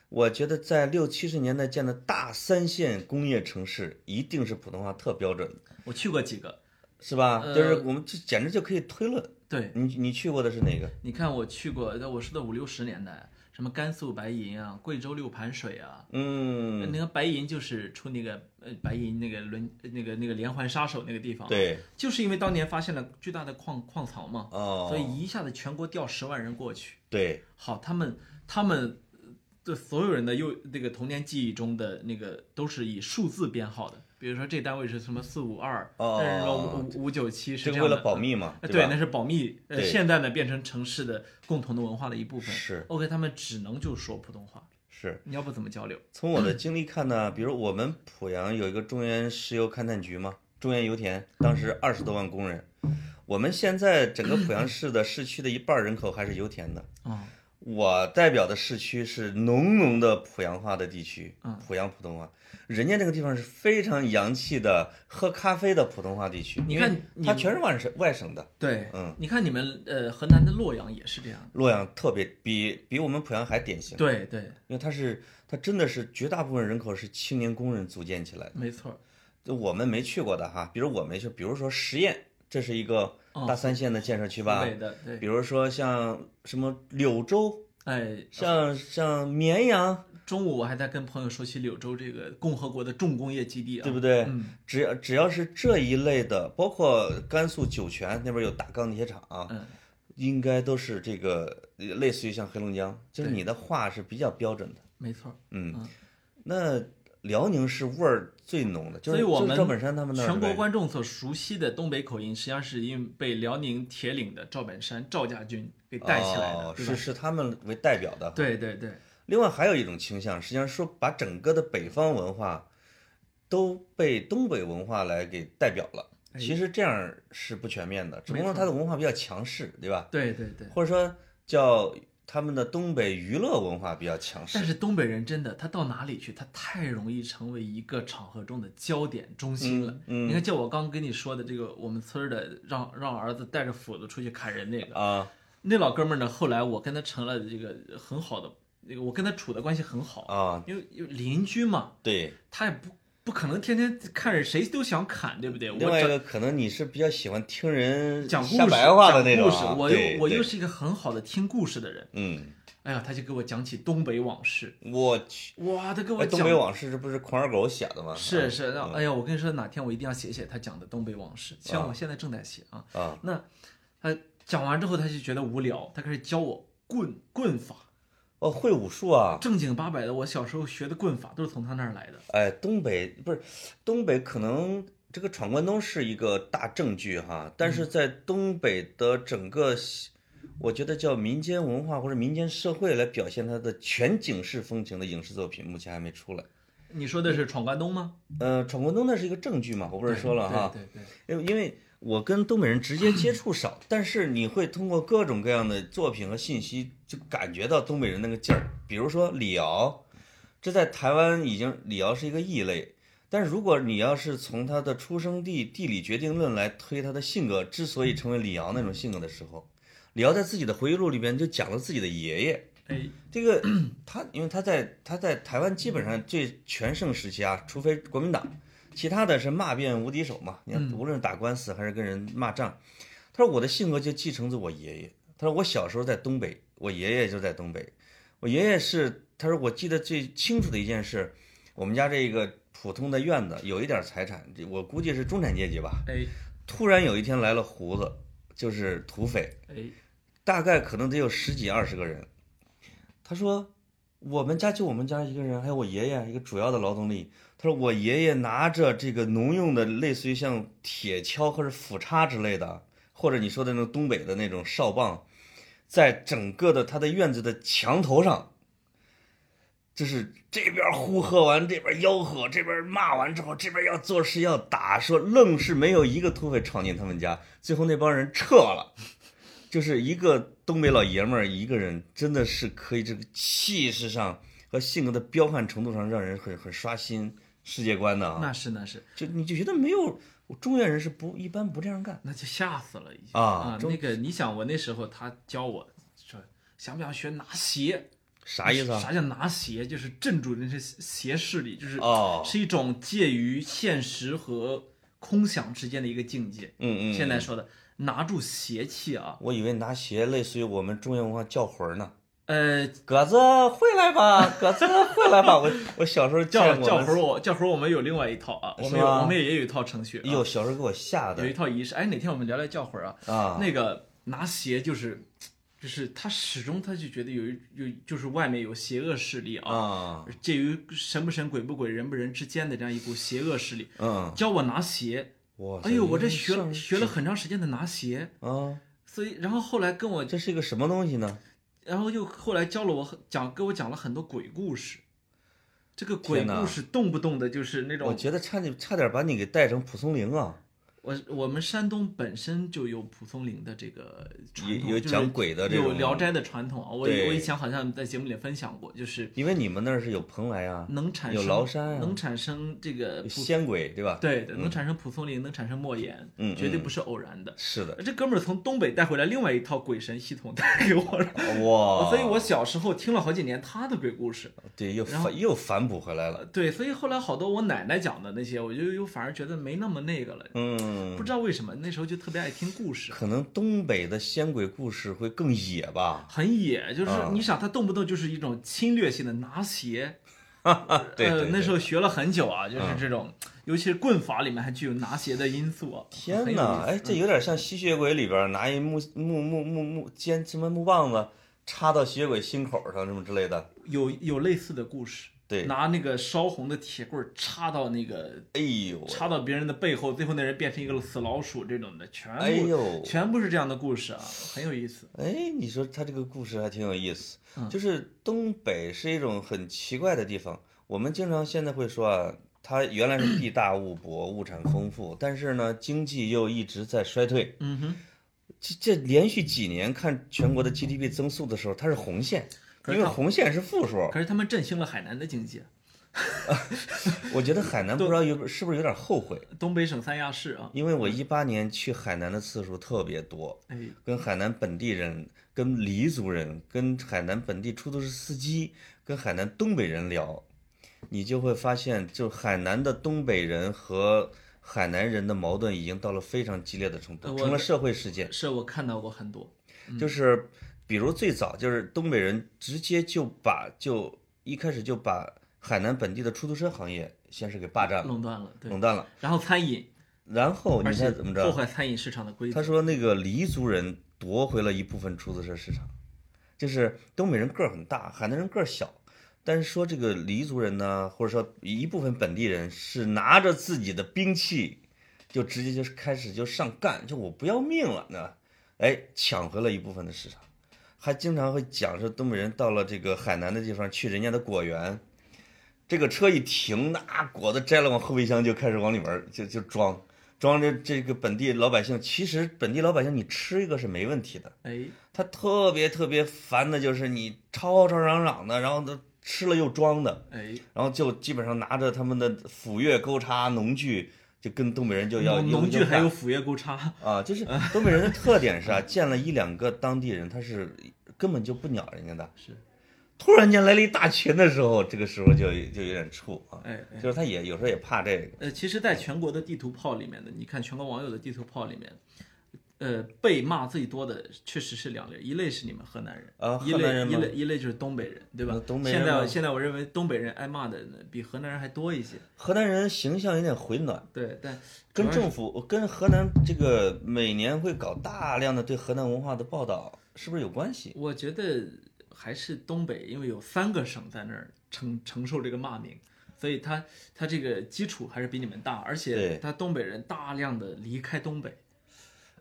我觉得在六七十年代建的大三线工业城市，一定是普通话特标准的，我去过几个，是吧？呃就是我们这简直就可以推论。对，你你去过的是哪个？你看我去过，呃我说的五六十年代，什么甘肃白银啊，贵州六盘水啊，嗯，那个白银就是出那个呃白银那个轮呃那个那个连环杀手那个地方，，对，就是因为当年发现了巨大的矿矿槽嘛，哦，所以一下子全国调十万人过去。对，好，他们他们这所有人的幼那个童年记忆中的那个都是以数字编号的，比如说这单位是什么四五二，哦那是什么五五九这七，是个样为的了保密嘛，呃对，吧？那是保密。呃，对现在呢，变成城市的共同的文化的一部分。是 OK，他们只能就说普通话，是。你要不怎么交流？从 我的经历看呢，比如我们濮阳有一个中原石油勘探局嘛，中原油田，当时二十多万工人。我们现在整个濮阳市的市区的一半人口还是油田的。啊、我代表的市区是浓浓的濮阳话的地区，嗯濮阳普通话。人家那个地方是非常洋气的，喝咖啡的普通话地区。你因为看你它全是外省外省的，对，嗯，你看你们呃，河南的洛阳也是这样的。洛阳特别比比我们濮阳还典型，对对，因为它是它真的是绝大部分人口是青年工人组建起来的。没错。就我们没去过的哈，比如我没去，比如说十堰，这是一个哦大三线的建设区吧湖。北的对，啊比如说像什么柳州，哎，像像绵阳，中午我还在跟朋友说起柳州这个共和国的重工业基地啊，对不对？嗯只要只要是这一类的，包括甘肃酒泉那边有大钢铁厂、啊嗯，应该都是这个呃类似于像黑龙江，就是对你的话是比较标准的。没错，嗯嗯，那辽宁是味儿最浓的，就所是以我就是们赵本山他们那儿全国对观众所熟悉的东北口音，实际上是因为被辽宁铁岭的赵本山、赵家军给带起来的，哦、对吧是是他们为代表的。对对对，另外还有一种倾向，实际上说把整个的北方文化都被东北文化来给代表了。其实这样是不全面的，只不过哎没错它的文化比较强势，对吧？对对对。或者说叫他们的东北娱乐文化比较强势但。是东北人真的，他到哪里去，他太容易成为一个场合中的焦点中心了。嗯嗯你看，就我刚跟你说的这个，我们村儿的让让儿子带着斧子出去砍人那个，啊那老哥们儿呢，后来我跟他成了这个很好的，那个我跟他处的关系很好，啊，因为因为邻居嘛，对。他也不不可能天天看着谁都想砍，对不对？我另外一整个可能你是比较喜欢听人讲故事，瞎白话的那种讲啊，故事，我对又我对又是一个很好的听故事的人。嗯，哎呀，他就给我讲起东北往事，我去，哇，他给我哎，讲东北往啊事这不是孔二狗写的吗？嗯是是，那哎呀，我跟你说，哪天我一定要写写他讲的东北往事，像我现在正在写啊。啊，那他讲完之后，他就觉得无聊，他开始教我棍棍法，哦，会武术啊，正经八百的，我小时候学的棍法都是从他那儿来的。哎，东北不是东北，可能这个闯关东是一个大证据哈，但嗯是在东北的整个，我觉得叫民间文化或者民间社会来表现它的全景式风情的影视作品，目前还没出来。你说的是闯关东吗？呃，闯关东那是一个证据嘛，我不是说了哈，对对对对因为因为我跟东北人直接接触少，但是你会通过各种各样的作品和信息，就感觉到东北人那个劲儿。比如说李敖，这在台湾已经李敖是一个异类，但是如果你要是从他的出生地地理决定论来推他的性格之所以成为李敖那种性格的时候，李敖在自己的回忆录里边就讲了自己的爷爷，哎，这个 他，因为他在他在台湾基本上最全盛时期啊，除非国民党，其他的是骂遍无敌手嘛。你看，无论是打官司还是跟人骂仗，他说我的性格就继承自我爷爷。他说我小时候在东北，我爷爷就在东北。我爷爷是，他说我记得最清楚的一件事，我们家这个普通的院子有一点财产，这我估计是中产阶级吧。哎突然有一天来了胡子，就是土匪，哎，大概可能得有十几二十个人。他说，我们家就我们家一个人，还有我爷爷一个主要的劳动力。他说我爷爷拿着这个农用的，类似于像铁锹或者斧叉之类的，或者你说的那种东北的那种哨棒，在整个的他的院子的墙头上。就是这边呼喝完，这边吆喝，这边骂完之后，这边要做事要打，说愣是没有一个土匪闯进他们家，最后那帮人撤了。就是一个东北老爷们儿一个人，真的是可以这个气势上和性格的彪悍程度上，让人很很刷新世界观的啊。那是那是，就你就觉得没有中原人是不一般不这样干那就吓死了已经啊那个你想，我那时候他教我说想不想学拿鞋？啥意思啊？啥叫拿鞋？就是镇住人是斜视力，就是哦是一种介于现实和空想之间的一个境界。嗯嗯，现在说的拿住邪气啊，我以为拿鞋类似于我们中原文化叫魂儿呢。呃， 鸽子回来吧，鸽子回来吧！我我小时候叫见过叫魂儿我叫魂儿我们有另外一套啊，我们是有吗我们也有一套程序、啊，哟，小时候给我吓有一的套仪式。哎，哪天我们聊聊叫魂儿啊？啊！那个拿鞋就是，就是他始终他就觉得有一有就是外面有邪恶势力啊，啊，介于神不神鬼不鬼人不人之间的这样一股邪恶势力，嗯，教我拿鞋。哇塞！哎呦，我这学了像学了很长时间的拿鞋，啊，所以然后后来跟我，这是一个什么东西呢？然后又后来教了我很讲给我讲了很多鬼故事。这个鬼天哪故事动不动的就是那我种，觉得差点差点把你给带成蒲松龄啊，我我们山东本身就有蒲松龄的这个传统，有有就是讲鬼的这有种《聊斋》的传统啊。我对我以前好像在节目里分享过，就是因为你们那儿是有蓬莱啊，能产有生崂山啊能产生这个有蒲仙鬼对吧？，对的，能产生蒲松龄，能产生莫言，嗯绝对嗯不是偶然的。是的，这哥们儿从东北带回来另外一套鬼神系统带给我了，哦哇，所以我小时候听了好几年他的鬼故事。对又反又反哺回来了，对，所以后来好多我奶奶讲的那些，我就又反而觉得没那么那个了。嗯不，知道为什么那时候就特别爱听故事，可能东北的仙鬼故事会更野吧，很野，就是啊你想他动不动就是一种侵略性的拿鞋。 对呃对，那时候候学了很久啊，就是这种，尤其是棍法里面还具有拿鞋的因素啊。很天哪，有意思哎，这有点像吸血鬼里边拿一木木木木木尖什么木棒子插到吸血鬼心口上什么之类的，有有类似的故事，对拿那个烧红的铁棍儿插到那个哎呦，插到别人的背后，最后那人变成一个死老鼠这种的，全部、哎呦，全部是这样的故事啊，很有意思。哎，你说他这个故事还挺有意思，嗯就是东北是一种很奇怪的地方。我们经常现在会说啊，它原来是地大物博、物产丰富，但是呢，经济又一直在衰退。嗯哼，这这连续几年看全国的 GDP 增速的时候，它是红线，可因是为它红线是负数。可是他们振兴了海南的经济，我觉得海南不知道有是不是有点后悔，东北省三亚市啊，因为我一八年去海南的次数特别多，哎，跟海南本地人、跟黎族人、跟海南本地出租车司机、跟海南东北人聊，你就会发现，就海南的东北人和海南人的矛盾已经到了非常激烈的程呃度，我嗯成了社会事件。是我看到过很多，就是比如最早就是东北人直接就把就一开始就把海南本地的出租车行业先是给霸占了、垄断了，对，垄断了，然后餐饮，然后而你且猜怎么破着？坏餐饮市场的规他则，说那个黎族人夺回了一部分出租车市场，就是东北人个儿很大，海南人个儿小。但是说这个黎族人呢，或者说一部分本地人是拿着自己的兵器，就直接就是开始就上干，就我不要命了呢，哎，抢回了一部分的市场，还经常会讲说东北人到了这个海南的地方去人家的果园，这个车一停，那果子摘了往后备箱就开始往里面儿就就装，装着这个本地老百姓，其实本地老百姓你吃一个是没问题的，哎，他特别特别烦的就是你吵吵嚷嚷的，然后呢吃了又装的，哎，然后就基本上拿着他们的斧钺钩叉农具，就跟东北人就要农有具还打有斧钺钩叉，啊，就是东北人的特点 是啊，见了一两个当地人，他是根本就不鸟人家的。是，突然间来了一大群的时候，这个时候就就有点怵啊，哎哎。就是他也有时候也怕这个。呃，其实，在全国的地图炮里面呢，你看全国网友的地图炮里面，呃，被骂最多的确实是两类，一类是你们河南人，啊一河南人类一吗类一类就是东北人，对吧那？东北现人在吗现在我认为东北人挨骂的呢比河南人还多一些，河南人形象有点回暖，对，但跟主要是政府呃跟河南这个每年会搞大量的对河南文化的报道，是不是有关系？我觉得还是东北，因为有三个省在那儿承承受这个骂名，所以他他这个基础还是比你们大，而且对他东北人大量的离开东北，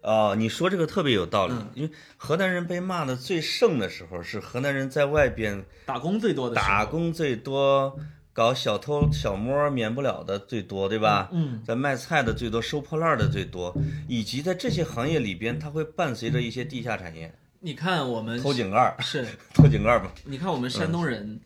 哦，你说这个特别有道理，因为河南人被骂的最盛的时候是河南人在外边打工最多的时候打工最多，搞小偷小摸免不了的最多，对吧？嗯，在卖菜的最多，收破烂的最多，以及在这些行业里边，它会伴随着一些地下产业，你看我们偷井盖儿， 是偷井盖儿嘛，你看我们山东人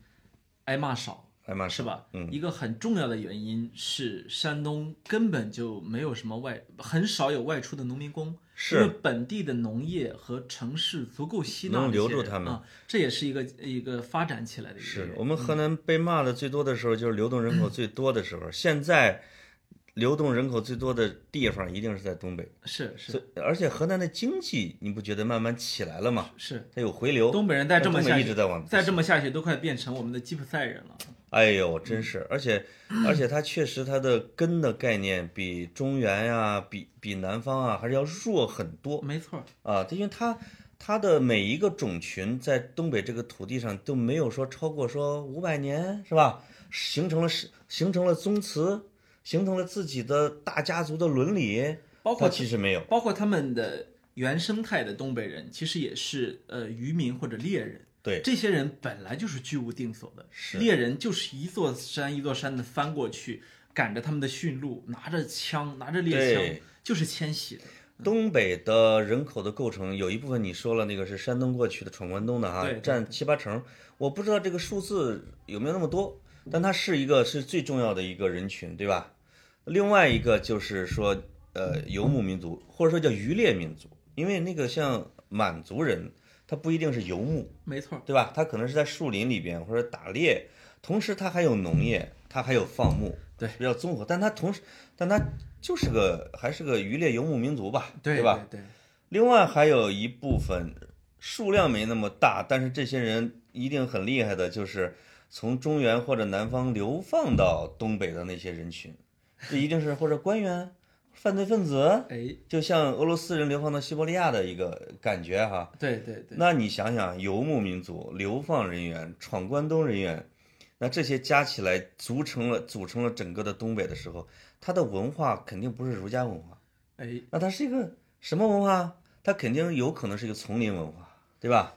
挨骂少，哎妈，是吧？嗯一个很重要的原因是山东根本就没有什么外，很少有外出的农民工，因为是本地的农业和城市足够吸纳能这些人留住他们啊，这也是一个一个发展起来的一个是原因我们河南被骂的最多的时候，就是流动人口最多的时嗯候。现在流动人口最多的地方一定是在东北，是所是以而且河南的经济你不觉得慢慢起来了吗？是，它有回流，东北人再这么但东北下一直去，在往再这么下去都快变成我们的吉普赛人了。哎呦，真是，而 且而且它确实它的根的概念比中原呀、比比南方啊还是要弱很多没错儿，啊，因为它。它的每一个种群在东北这个土地上都没有说超过说五百年是吧？形成了是形成了宗祠，形成了自己的大家族的伦理，包括它其实没有，包括他们的原生态的东北人，其实也是呃渔民或者猎人。对这些人本来就是居无定所的，是猎人就是一座山一座山的翻过去，赶着他们的驯鹿，拿着枪，拿着猎枪对，就是迁徙的。东北的人口的构成，有一部分你说了那个是山东过去的闯关东的哈对对，占七八成。我不知道这个数字有没有那么多，但它是一个是最重要的一个人群，对吧？另外一个就是说，呃，游牧民族或者说叫渔猎民族，因为那个像满族人，他不一定是游牧，没错儿，对吧？他可能是在树林里边或者打猎，同时他还有农业，他还有放牧，对比较综合。但他同时，但他就是个还是个渔猎游牧民族吧，对吧？？对，对另外还有一部分数量没那么大，但是这些人一定很厉害的，就是从中原或者南方流放到东北的那些人群，这一定是或者官员、犯罪分子，哎，就像俄罗斯人流放到西伯利亚的一个感觉哈。对对对，那你想想，游牧民族、流放人员、闯关东人员，那这些加起来组成了组成了整个的东北的时候，它的文化肯定不是儒家文化。哎，那它是一个什么文化？它肯定有可能是一个丛林文化，对吧？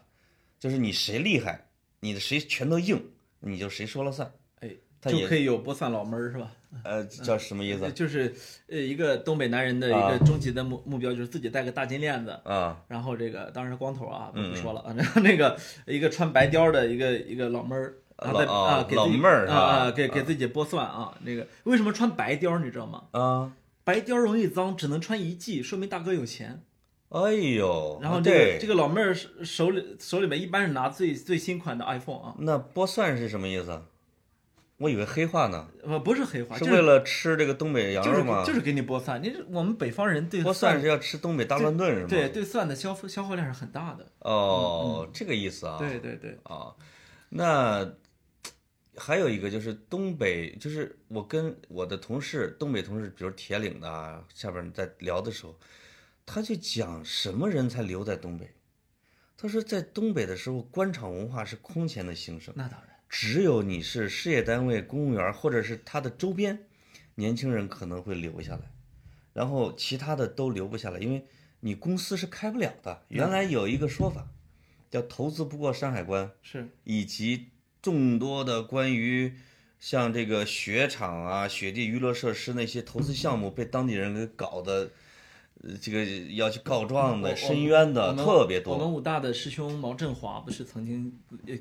就是你谁厉害，你的谁拳头硬，你就谁说了算。哎，他就也可以有不散老门儿是吧？呃，叫什么意思就是呃一个东北男人的一啊个终极的目目标，就是自己戴个大金链子。啊？然后这个当然是光头啊， 不嗯不说了。然后那个一个穿白貂的一个一个老妹儿，然后在老啊啊给自己老妹儿是啊吧啊给给自己剥蒜啊。那个为什么穿白貂你知道吗？啊，白貂容易脏，只能穿一季，说明大哥有钱。哎呦，然后啊这个对这个老妹儿手手里手里面一般是拿最最新款的 iPhone 啊，那剥蒜是什么意思？我以为黑话呢，呃不是黑化，是就为是了吃这个东北羊就肉是吗？就是给你剥蒜。你这我们北方人对 剥蒜是要吃东北大乱炖是吗？对对蒜的消费消耗量是很大的。哦，这个意思啊。对对对，啊，那还有一个就是东北，就是我跟我的同事，东北同事，比如铁岭的啊，下边在聊的时候，他就讲什么人才留在东北。他说，在东北的时候，官场文化是空前的兴盛，那当然只有你是事业单位、公务员或者是他的周边，年轻人可能会留下来，然后其他的都留不下来，因为你公司是开不了的。原来有一个说法，叫“投资不过山海关”，是以及众多的关于像这个雪场啊、雪地娱乐设施那些投资项目被当地人给搞的，呃这个要去告状我的、我申冤我的们特别我们多。武大的师兄毛振华不是曾经呃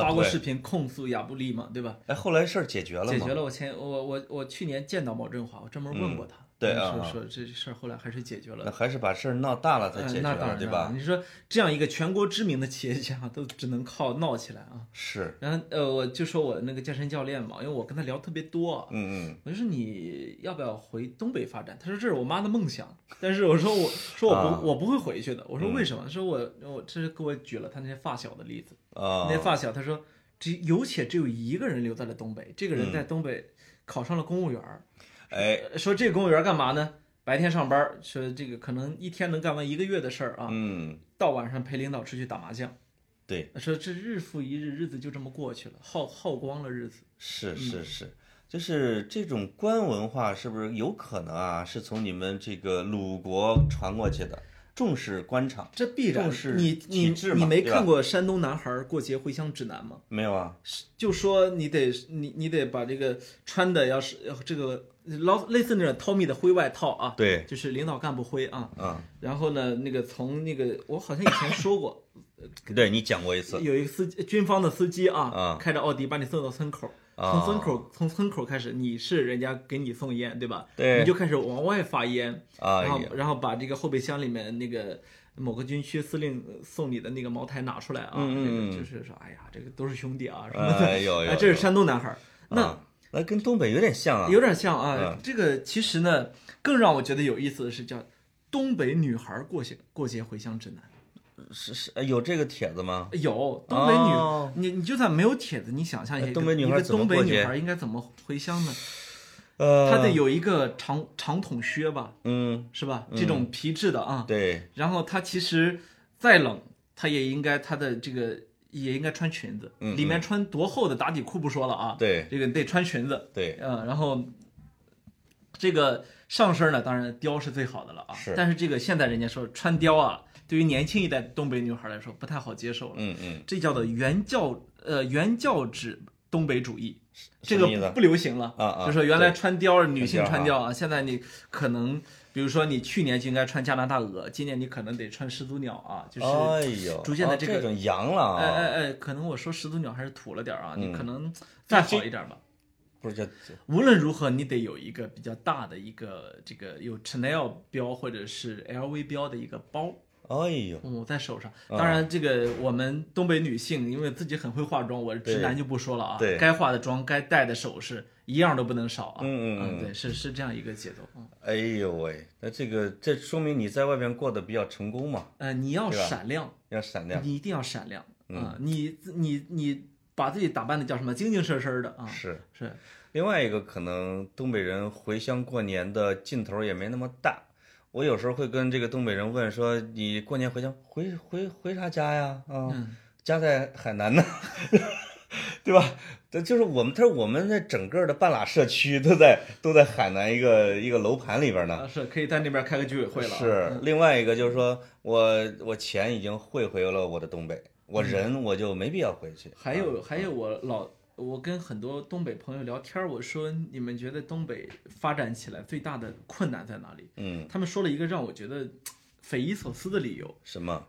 啊发过对视频控诉亚布力嘛，对吧？哎，后来事儿解决了解吗决？了。我前我我我去年见到毛振华，我专门问过他，嗯对啊说啊说这事儿后来还是解决了那。还是把事儿闹大了才呃解决那了，当然对了吧？你说这样一个全国知名的企业家，都只能靠闹起来啊。是，然后呃，我就说我那个健身教练嘛，因为我跟他聊特别多啊，嗯嗯，我就说你要不要回东北发展？他说这是我妈的梦想，但是我说我说我不、啊嗯我不会回去的。我说为什么？他说我我这是给我举了他那些发小的例子，啊、那发小他说只有且只有一个人留在了东北，这个人在嗯东北考上了公务员儿，哎，呃说这个公务员儿干嘛呢？白天上班儿，说这个可能一天能干完一个月的事儿啊，嗯，到晚上陪领导出去打麻将。对，说这日复一日，日子就这么过去了，耗耗光了日子。是嗯是是，就是这种官文化是不是有可能啊，是从你们这个鲁国传过去的，重视官场？这必然重视你你体制嘛你没对吧看过《山东男孩过节回乡指南》吗？没有啊？就说你得你你得把这个穿的要是这个老类似那种 Tommy 的灰外套啊，对，就是领导干部灰啊。嗯，然后呢，那个从那个我好像以前说过， 对你讲过一次，有一个司机军方的司机啊，啊开着奥迪把你送到村口，啊从村口从村口开始，你是人家给你送烟，对吧？对你就开始往外发烟，啊然后也然后把这个后备箱里面那个某个军区司令呃送你的那个茅台拿出来啊，嗯嗯嗯这个就是说，哎呀，这个都是兄弟啊什么的，哎 呦呦，哎，这是有山东男孩儿，那啊那跟东北有点像啊，有点像啊。这个其实呢，更让我觉得有意思的是叫《东北女孩儿过节过节回乡指南》。是是呃有这个帖子吗？有东北女，哦呃你你就算没有帖子，你想象一下，东北女一孩个怎么东北过女节孩应该怎么回乡呢？呃，她得有一个长长筒靴吧，嗯，是吧？这种皮质的啊，对，然后她其实再冷，她也应该她的这个也应该穿裙子，嗯里面穿多厚的打底裤不说了啊，对这个你得穿裙子，对，嗯，然后这个上身呢，当然貂是最好的了啊，是但是这个现在人家说穿貂啊，对于年轻一代东北女孩来说不太好接受了。嗯嗯，这叫做原教呃原教旨东北主义，这什么意个思不流行了啊啊就说原来穿貂儿女性穿穿貂貂啊，现在你可能比如说你去年就应该穿加拿大鹅，今年你可能得穿始祖鸟啊，就是。哎呦，逐渐地啊这这个种羊了哎哎啊，哎，可能我说始祖鸟还是土了点儿啊，你嗯可能再好一点儿吧。不是叫无论如何，你得有一个比较大的一个这个有 Chanel 标或者是 LV 标的一个包，哎呦，嗯，在手上。当然，这个我们东北女性因为自己很会化妆，我直男就不说了啊。对该化的妆、该戴的首饰，一样都不能少啊。嗯嗯嗯嗯对，是是这样一个节奏。嗯，哎呦喂，那这个这说明你在外边过得比较成功嘛，呃，你要对吧嗯闪亮，要闪亮。你一定要闪亮啊！你你你把自己打扮的叫什么？精精神神的啊。是，是，另外一个可能东北人回乡过年的劲头也没那么大。我有时候会跟这个东北人问说：“你过年回乡回回回啥家呀？”啊，嗯家在海南呢， 对吧？这就是我们，他说我们那整个的半拉社区都在都在海南一个一个楼盘里边呢。啊是可以在那边开个居委会了啊。是，另外一个就是说我我嗯钱已经汇回了我的东北，我人我就没必要回去。还有还有，我老我跟很多东北朋友聊天儿，我说你们觉得东北发展起来最大的困难在哪里？嗯，他们说了一个让我觉得匪夷所思的理由，什么？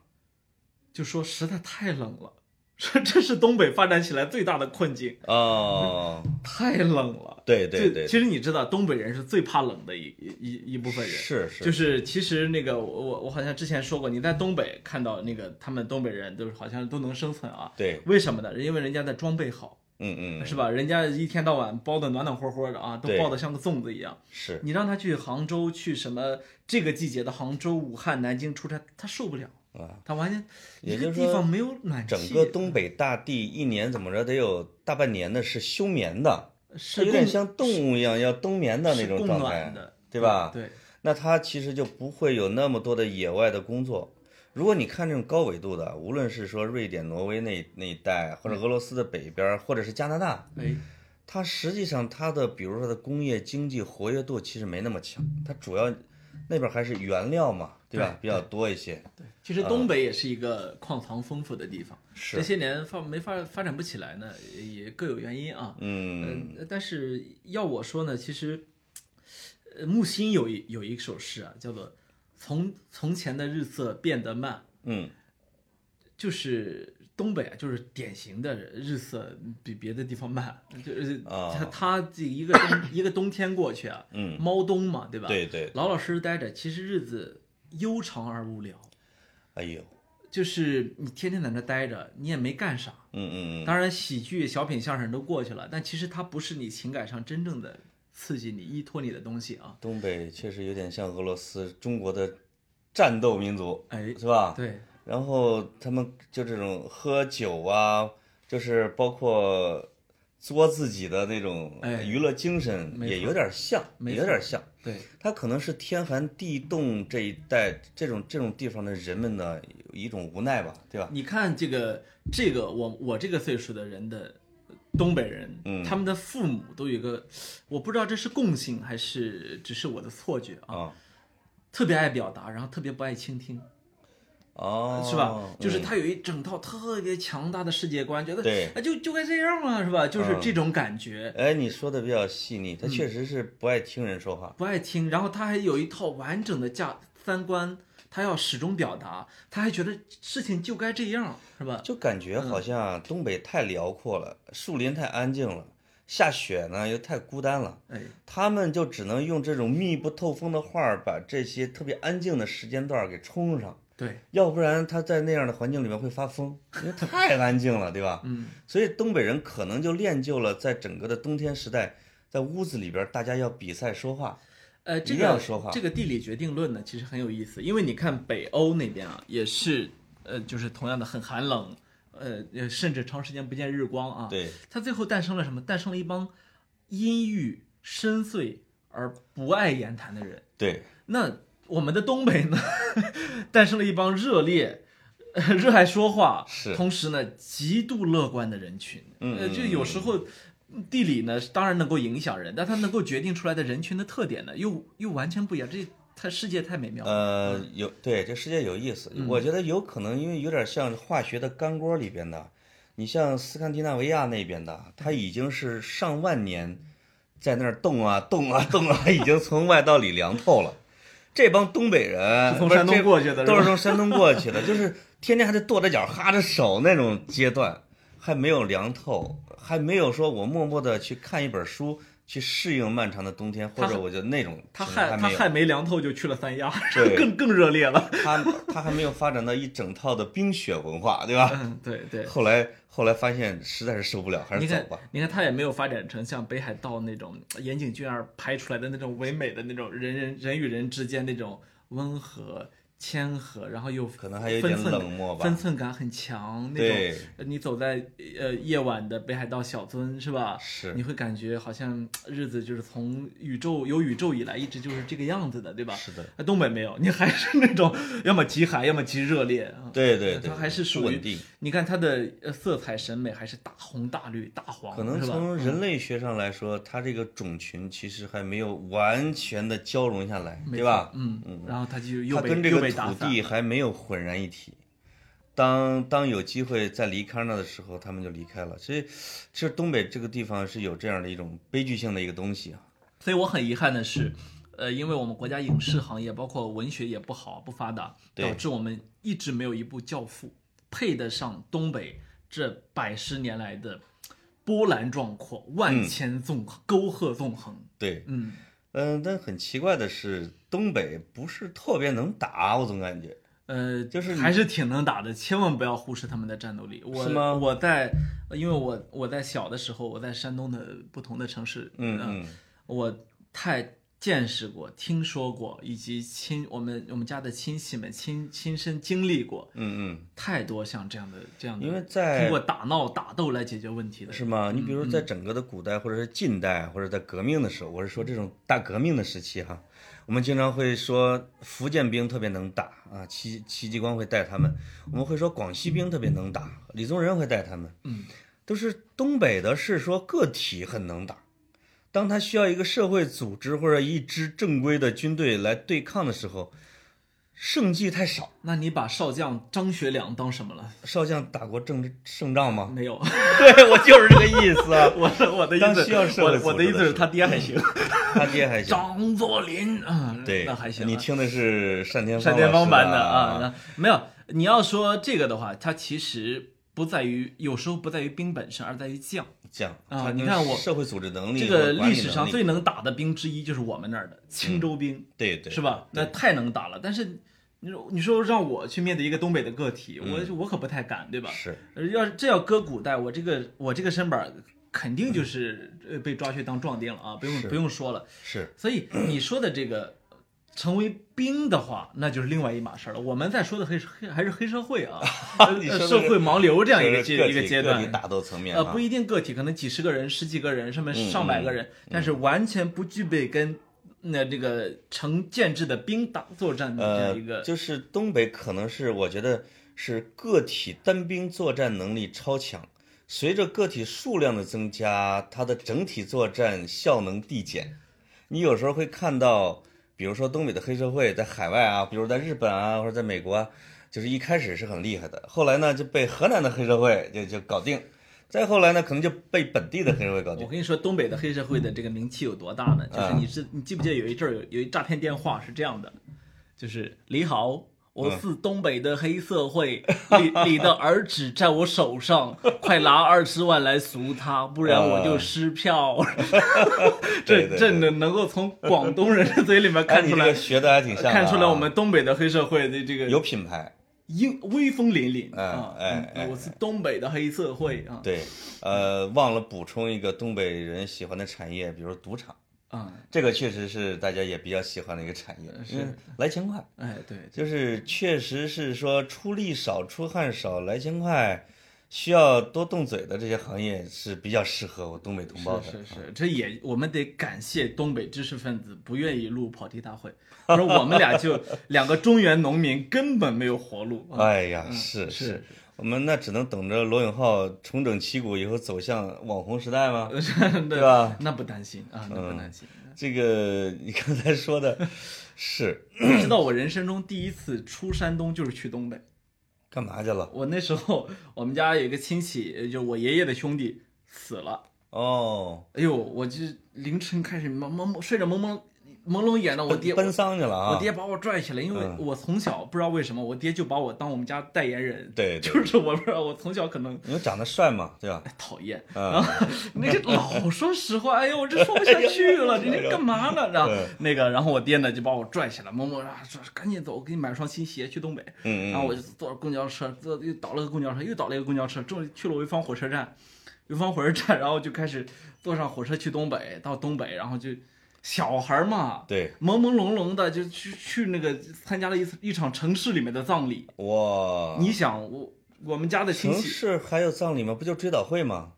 就说实在太冷了， 说这是东北发展起来最大的困境，哦，太冷了。对对嗯就对，其实你知道，东北人是最怕冷的一一一一部分人。是是，就是其实那个我我我好像之前说过，你在东北看到那个他们东北人都是好像都能生存啊，对，为什么呢？因为人家的装备好，嗯嗯，是吧？人家一天到晚包的暖暖和和的啊，都对包的像个粽子一样。是你让他去杭州，去什么这个季节的杭州、武汉、南京出差，他受不了啊。他完全也一就个是地说方没有暖气，整个东北大地一年怎么着得有大半年的是休眠的，它是有点供像动物一样要冬眠的那是种供状态啊暖的，对吧？对，那它其实就不会有那么多的野外的工作。如果你看这种高纬度的，无论是说瑞典、挪威那那一带，或者俄罗斯的北边儿，或者是加拿大，哎，它实际上它的，比如说它的工业经济活跃度其实没那么强，它主要那边儿还是原料嘛，对吧？比较多一些。对，其实东北也是一个矿藏丰富的地方，呃是这些年发没发发展不起来呢，也也各有原因啊。嗯，嗯，但是要我说呢，其实，呃，木心有一有一首诗啊，叫做“从从前的日色变得慢”，嗯，就是东北啊，就是典型的日色比别的地方慢，就是啊它它这一个冬 一个冬天过去啊，嗯，猫冬嘛，对吧？，对对，老老实实待着，其实日子悠长而无聊，哎呦，就是你天天在那待着，你也没干啥。嗯嗯嗯，当然，喜剧、小品、相声都过去了，但其实它不是你情感上真正的刺激你、依托你的东西啊。东北确实有点像俄罗斯、中国的战斗民族，哎，是吧？对，然后他们就这种喝酒啊，就是包括作自己的那种哎娱乐精神，没也错有点像，没也有错点像。对，它可能是天寒地冻这一带这种这种地方的人们的一种无奈吧，对吧？你看这个这个我我这个岁数的人的东北人，嗯他们的父母都有一个，我不知道这是共性还是只是我的错觉啊，啊，特别爱表达，然后特别不爱倾听，哦，是吧？就是嗯他有一整套特别强大的世界观，觉得对啊就就该这样嘛，是吧？就是嗯这种感觉。哎，你说的比较细腻，嗯他确实是不爱听人说话。不爱听，然后他还有一套完整的价三观，他要始终表达，他还觉得事情就该这样，是吧？就感觉好像东北太辽阔了，树林太安静了，下雪呢又太孤单了。哎，他们就只能用这种密不透风的画儿，把这些特别安静的时间段儿给冲上，对，要不然他在那样的环境里面会发疯，因为太安静了，对吧？嗯，所以东北人可能就练就了在整个的冬天时代，在屋子里边儿大家要比赛说话，呃，这一定要个说话这个地理决定论呢，其实很有意思，因为你看北欧那边啊，也是，呃，就是同样的很寒冷，呃，呃甚至长时间不见日光啊，，对，它最后诞生了什么？诞生了一帮阴郁、深邃而不爱言谈的人。对，那我们的东北呢， 诞生了一帮热烈、呃热爱说话，是同时呢极度乐观的人群。嗯呃，嗯就有时候地理呢当然能够影响人，但它能够决定出来的人群的特点呢，又又完全不一样。这它世界太美妙了。呃，有对这世界有意思，我觉得有可能因为有点像化学的干锅里边的，你像斯堪的纳维亚那边的，它已经是上万年在那儿冻啊冻啊冻啊，已经从外到里凉透了。这帮东北人是从呃不山东这过去的是吧都是从山东过去的，就是天天还得跺着脚哈着手那种阶段，啊还没有凉透，还没有说我默默的去看一本书去适应漫长的冬天，或他者还我就那种他情况还害他没有。害没凉透就去了三亚，对 更更热烈了。他他还没有发展到一整套的冰雪文化，对吧？嗯，对对。后来后来发现实在是受不了，还是你走看吧。，你看，他也没有发展成像北海道那种呃岩井俊二拍出来的那种唯美的那种人人人与人之间那种温和、谦和，然后又可能还有一点分寸冷漠吧分寸感很强那对种。呃你走在呃夜晚的北海道小樽是吧？是你会感觉好像呃日子就是从宇宙有宇宙以来一直就是这个样子的，对吧？是的，呃东北没有，你还是那种 要么极寒，要么极热烈啊。对对对，它还是不属于稳定。你看它的呃色彩审美还是大红大绿大黄，可能是吧嗯从人类学上来说，它这个种群其实还没有完全的交融下来，没对吧错？嗯，然后它就又它被跟这又个被打土散地了。还没有浑然一体。当当有机会再离开那的时候，他们就离开了。所以，其实东北这个地方是有这样的一种悲剧性的一个东西啊。所以我很遗憾的是，呃，因为我们国家影视行业包括文学也不好不发达，对导致我们一直没有一部《教父》配得上东北这百十年来的波澜壮阔、万嗯千纵横、沟壑纵横。对，嗯，嗯，但很奇怪的是，东北不是特别能打，我总感觉。呃，就是你还是挺能打的，千万不要忽视他们的战斗力。我是吗我在，因为我我在小的时候，我在山东的不同的城市，嗯呃嗯我太见识过、听说过，以及亲我们我们家的亲戚们亲亲身经历过嗯太多像这样的这样的，因为在通过打闹打斗来解决问题的嗯，，是吗？你比如在整个的古代，或者是近代，或者在革命的时候，我是说这种大革命的时期哈，我们经常会说福建兵特别能打啊，戚戚继光会带他们；我们会说广西兵特别能打，李宗仁会带他们。嗯，都是东北的是说个体很能打，当他需要一个社会组织或者一支正规的军队来对抗的时候，胜绩太少。那你把少将张学良当什么了？ 少将打过胜胜仗吗？ 没有，对我就是这个意思啊。我的我的意当思需要，社我会的我组的织意思的是时他 爹还行，他爹还行，张作霖啊，对，那还行啊，你听的是单田闪电帮老师版的啊，，那没有。你要说这个的话，它其实不在于，有时候不在于兵本身，而在于将。讲啊他你跟看我社会组织能力，这和个管历理史上能力最能打的兵之一就是我们那儿的青州兵，对对是？吧？那太能打了。但是你说你说让我去面对一个东北的个体，我我可不太敢，对吧？嗯是呃要是这要搁古代，我这个我这个身板儿肯定就是呃被抓去当壮丁了啊，不用嗯是不用说了。是，所 以你说的这个呃成为兵的话，那就是另外一码事儿了。我们在说的黑黑还是黑社会啊， 呃你说的是社会盲流这样一个就是阶个一个体阶个体段。打斗层面呃，啊不一定个体，可能几十个人、十几个人，甚至嗯上百个人，但是完全不具备跟呃那这个成建制的兵打作战的这呃样一个，就是东北可能是我觉得是个体单兵作战能力超强，随着个体数量的增加，它的整体作战效能递减。你有时候会看到，比如说东北的黑社会在海外啊，比如在日本啊或者在美国啊，就是一开始是很厉害的，后来呢就被河南的黑社会就就搞定，再后来呢可能就被本地的黑社会搞定我。跟你说，东北的黑社会的这个名气有多大呢？啊就是你是你记不记得有一阵儿有有一诈骗电话是这样的，就是你好，我嗯是东北的黑 社会，你你的儿子在我手上，快拿二十万来赎他，不然我就失 票。对这啊对这对能能够从广东人的嘴里面哎，看你出这来呃个，学的还挺像的啊、看出来我们东北的黑社会的这有个品牌。英威风凛凛哎啊！哎哎嗯我是东北的黑社会啊对，呃，忘了补充一个东北人喜欢的产业，比如赌场，啊！这个确实是大家也比较喜欢的一个产业，是嗯来钱快，哎，对，就是确实是说出力少、出汗少、来钱快，需要多动嘴的这些行业是比较适合我东北同胞的。嗯是是是，这也我们得感谢东北知识分子不愿意录跑题大会， 说我们俩就两个中原农民根本没有活路。 啊哎呀，是是是，我们那只能等着罗永浩重整旗鼓以后走向网红时代呃吗？对对吧？嗯那不担心啊，那不担心。这个你刚才说 的是你知道我人生中第一次出山东就是去东北，干嘛去了？我那时候我们家有一个亲戚，呃就我爷爷的兄弟死了。哦，哎呦，我就凌晨开始蒙蒙蒙睡着蒙蒙朦胧眼的，我爹奔丧去了啊！我爹把我拽起来，因为嗯我从小不知道为什么，我爹就把我当我们家代言人。对对就是我不知道，我从小可能因为长得帅嘛，对 吧？哎讨 厌，嗯然后那个老说实话，哎呦，我这说不下去 哎了，你这干嘛呢？然后嗯那个，然后我爹呢就把我拽起来，摸摸啊，说赶紧走，我给你买双新鞋去东北。嗯嗯然后我就坐着公交车，坐又倒了个公交车，又倒了一个公交车，终于去了潍坊火车站。潍坊火车站，然后就开始坐上火车去东北，到东北，然后就小孩儿嘛，对，朦朦胧胧的就去去那个参加了一次一场城市里面的葬礼。哇，你想，我我们家的嗯亲城戚，市还有葬礼吗？不就追悼会吗？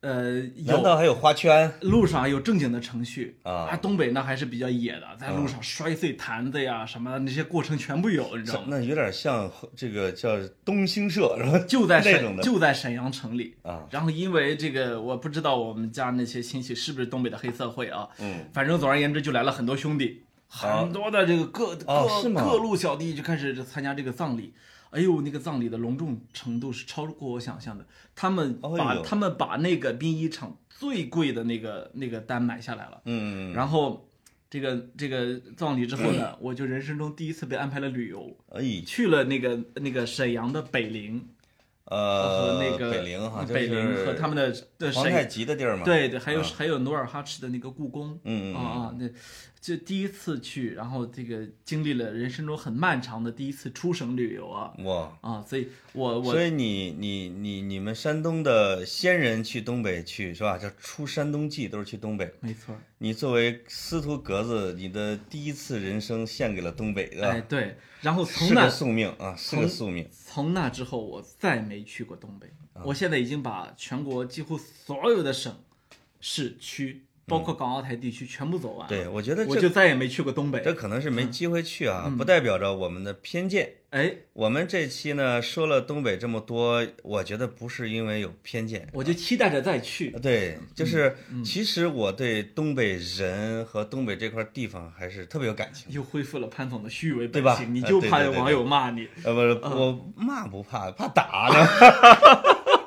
呃，难有道还有花圈？路上有正经的程序啊东北那还是比较野的，在路上摔碎坛子呀什么的那些过程全部有，你知道吗？那有点像这个叫东兴社是 吧？就在那种沈的就在沈阳城里啊然后因为这个，我不知道我们家那些亲戚是不是东北的黑社会啊，嗯，反正总而言之就来了很多兄弟，很多的这个各、哦各是吗各路小弟就开始参加这个葬礼。哎呦，那个葬礼的隆重程度是超过我想象的。他们把、哎呦他们把那个殡仪场最贵的那个那个单买下来了，嗯，然后这个这个葬礼之后 呢，我就人生中第一次被安排了旅游，哎，去了那个那个沈阳的北陵呃，和那个北陵哈，这北陵是和他们的的皇太沈极的地儿嘛，对对，还有啊还有努尔哈赤的那个故宫，嗯嗯啊啊，那这第一次去，然后这个经历了人生中很漫长的第一次出省旅游啊哇，啊，所以我我所以你你你你们山东的先人去东北去是吧？叫出山东记都是去东北。没错儿，你作为司徒格子，你的第一次人生献给了东北，是吧？哎对，然后从啊是那个宿命啊，是个宿命。从那之后，我再没去过东北。啊我现在已经把全国几乎所有的省、市区，包括港澳台地区全部走完了。嗯对，我觉得我这就嗯再也没去过东北这。可能是没机会去啊，不代表着我们的偏见。哎，我们这期呢说了东北这么多，我觉得不是因为有偏见，我就期待着再呃去。对，就是嗯其实我对东北人和东北这块地方还是特别有感情。又恢复了潘总的虚伪本对吧性，你就怕呃对对有对对网友骂你。呃，不是，嗯我骂不怕，怕打呢，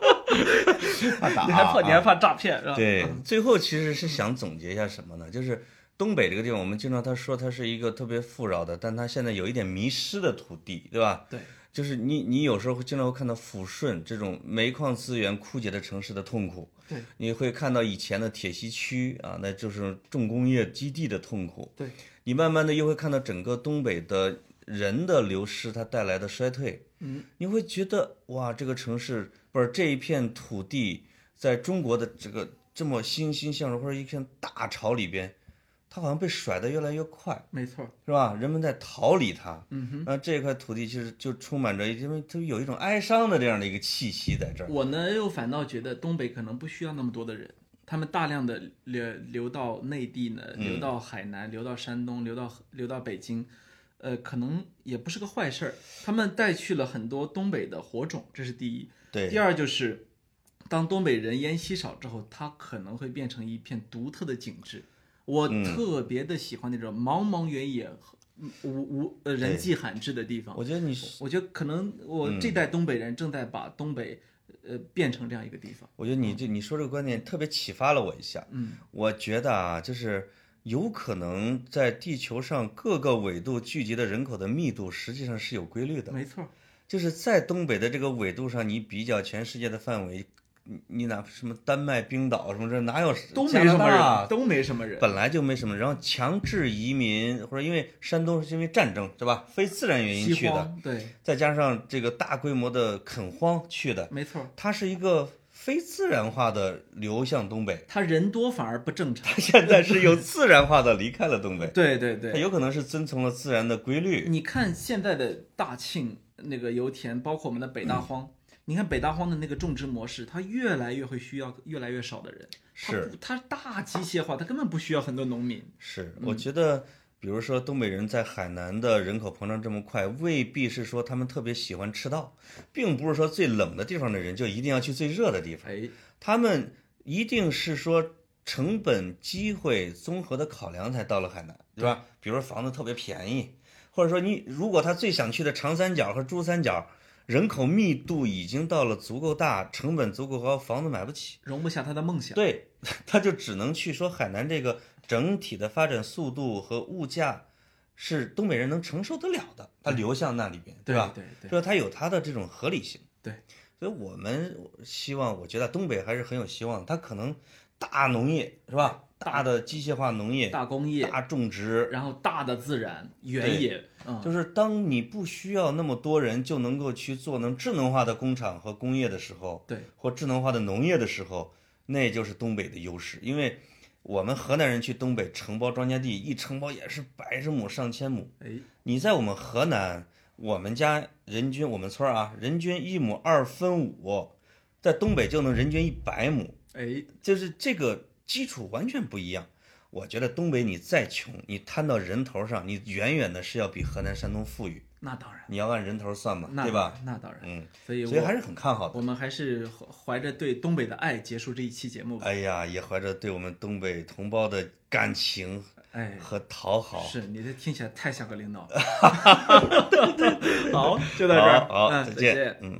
怕打，啊你还怕、你还怕诈骗是吧？对，最后其实是想总结一下什么呢？就是东北这个地方，我们经常他说它是一个特别富饶的，但它现在有一点迷失的土地，对吧？对，就是你你有时候会经常会看到抚顺这种煤矿资源枯竭的城市的痛苦，对，你会看到以前的铁西区啊，那就是重工业基地的痛苦，对，你慢慢的又会看到整个东北的人的流失，它带来的衰退，嗯，你会觉得哇，这个城市不是这一片土地，在中国的这个这么欣欣向荣或者一片大潮里边，它好像被甩得越来越快。没错。是吧？人们在逃离它，嗯哼，那这块土地其实就充满着，因为它有一种哀伤的这样的一个气息在这儿。我呢又反倒觉得东北可能不需要那么多的人，他们大量的流流到内地呢，嗯流到海南，流到山东，流到流到北京，呃，可能也不是个坏事儿。他们带去了很多东北的火种，这是第一。对第二就是，当东北人烟稀少之后，它可能会变成一片独特的景致。我嗯特别的喜欢那种茫茫原野和无无呃人迹罕至的地方。我嗯觉得你是，我觉得可能我这代东北人正在把东北呃变成这样一个地方。我觉得你这你说这个观点特别启发了我一下。嗯，我觉得啊，就是有可能在地球上各个纬度聚集的人口的密度实际上是有规律的，没错儿，就是在东北的这个纬度上，你比较全世界的范围，你你哪什么丹麦、冰岛什么这哪 有都加没拿什么大人，啊都没什么人。本来就没什么，然后强制移民或者因为山东是因为战争对吧，非自然原因去西的，荒，对，再加上这个大规模的垦荒去的，没错儿，它是一个非自然化的流向东北， 他人多反而不正常它。现在是有自然化的离开了东北，对嗯对对它，有可能是遵从了自然的规律，你看现在的大庆那个油田，包括我们的北大嗯荒，你看北大荒的那个种植模式，它越来越会需要越来越少的人。它是不它大机械化，它根本不需要很多农民。是，我觉得。比如说，东北人在海南的人口膨胀这么快，未必是说他们特别喜欢赤道，并不是说最冷的地方的人就一定要去最热的地方。哎，他们一定是说成本、机会综合的考量才到了海南，对吧？比如说房子特别便宜，或者说你如果他最想去的长三角和珠三角，人口密度已经到了足够大，成本足够高，房子买不起，容不下他的梦想。对， 他就只能去说海南这个整体的发展速度和物价是东北人能承受得了的，他流向那里边，对吧？对对，说它有它的这种合理性。对，所以我们希望，我觉得东北还是很有希望的。它可能大农业是吧？大的机械化农业、大工业，大种植，然后大的自然原对野，嗯，就是当你不需要那么多人就能够去做能智能化的工厂和工业的时候，对，或智能化的农业的时候，那就是东北的优势。因为我们河南人去东北承包庄稼地，一承包也是百十亩、上千亩。哎，你在我们河南，我们家人均我们村儿啊，人均一亩二分五，在东北就能人均一百亩，哎，就是这个基础完全不一样。我觉得东北你再穷，你摊到人头上，你远远的是要比河南、山东富裕。那当然，你要按人头算嘛，那对吧？？那当然，嗯，所以所以我还是很看好的。我们还是怀着对东北的爱结束这一期节目吧。哎呀，也怀着对我们东北同胞的感情哎，和讨好。是你这听起来太像个领导了。 好，好就到这儿，好，嗯再再见嗯。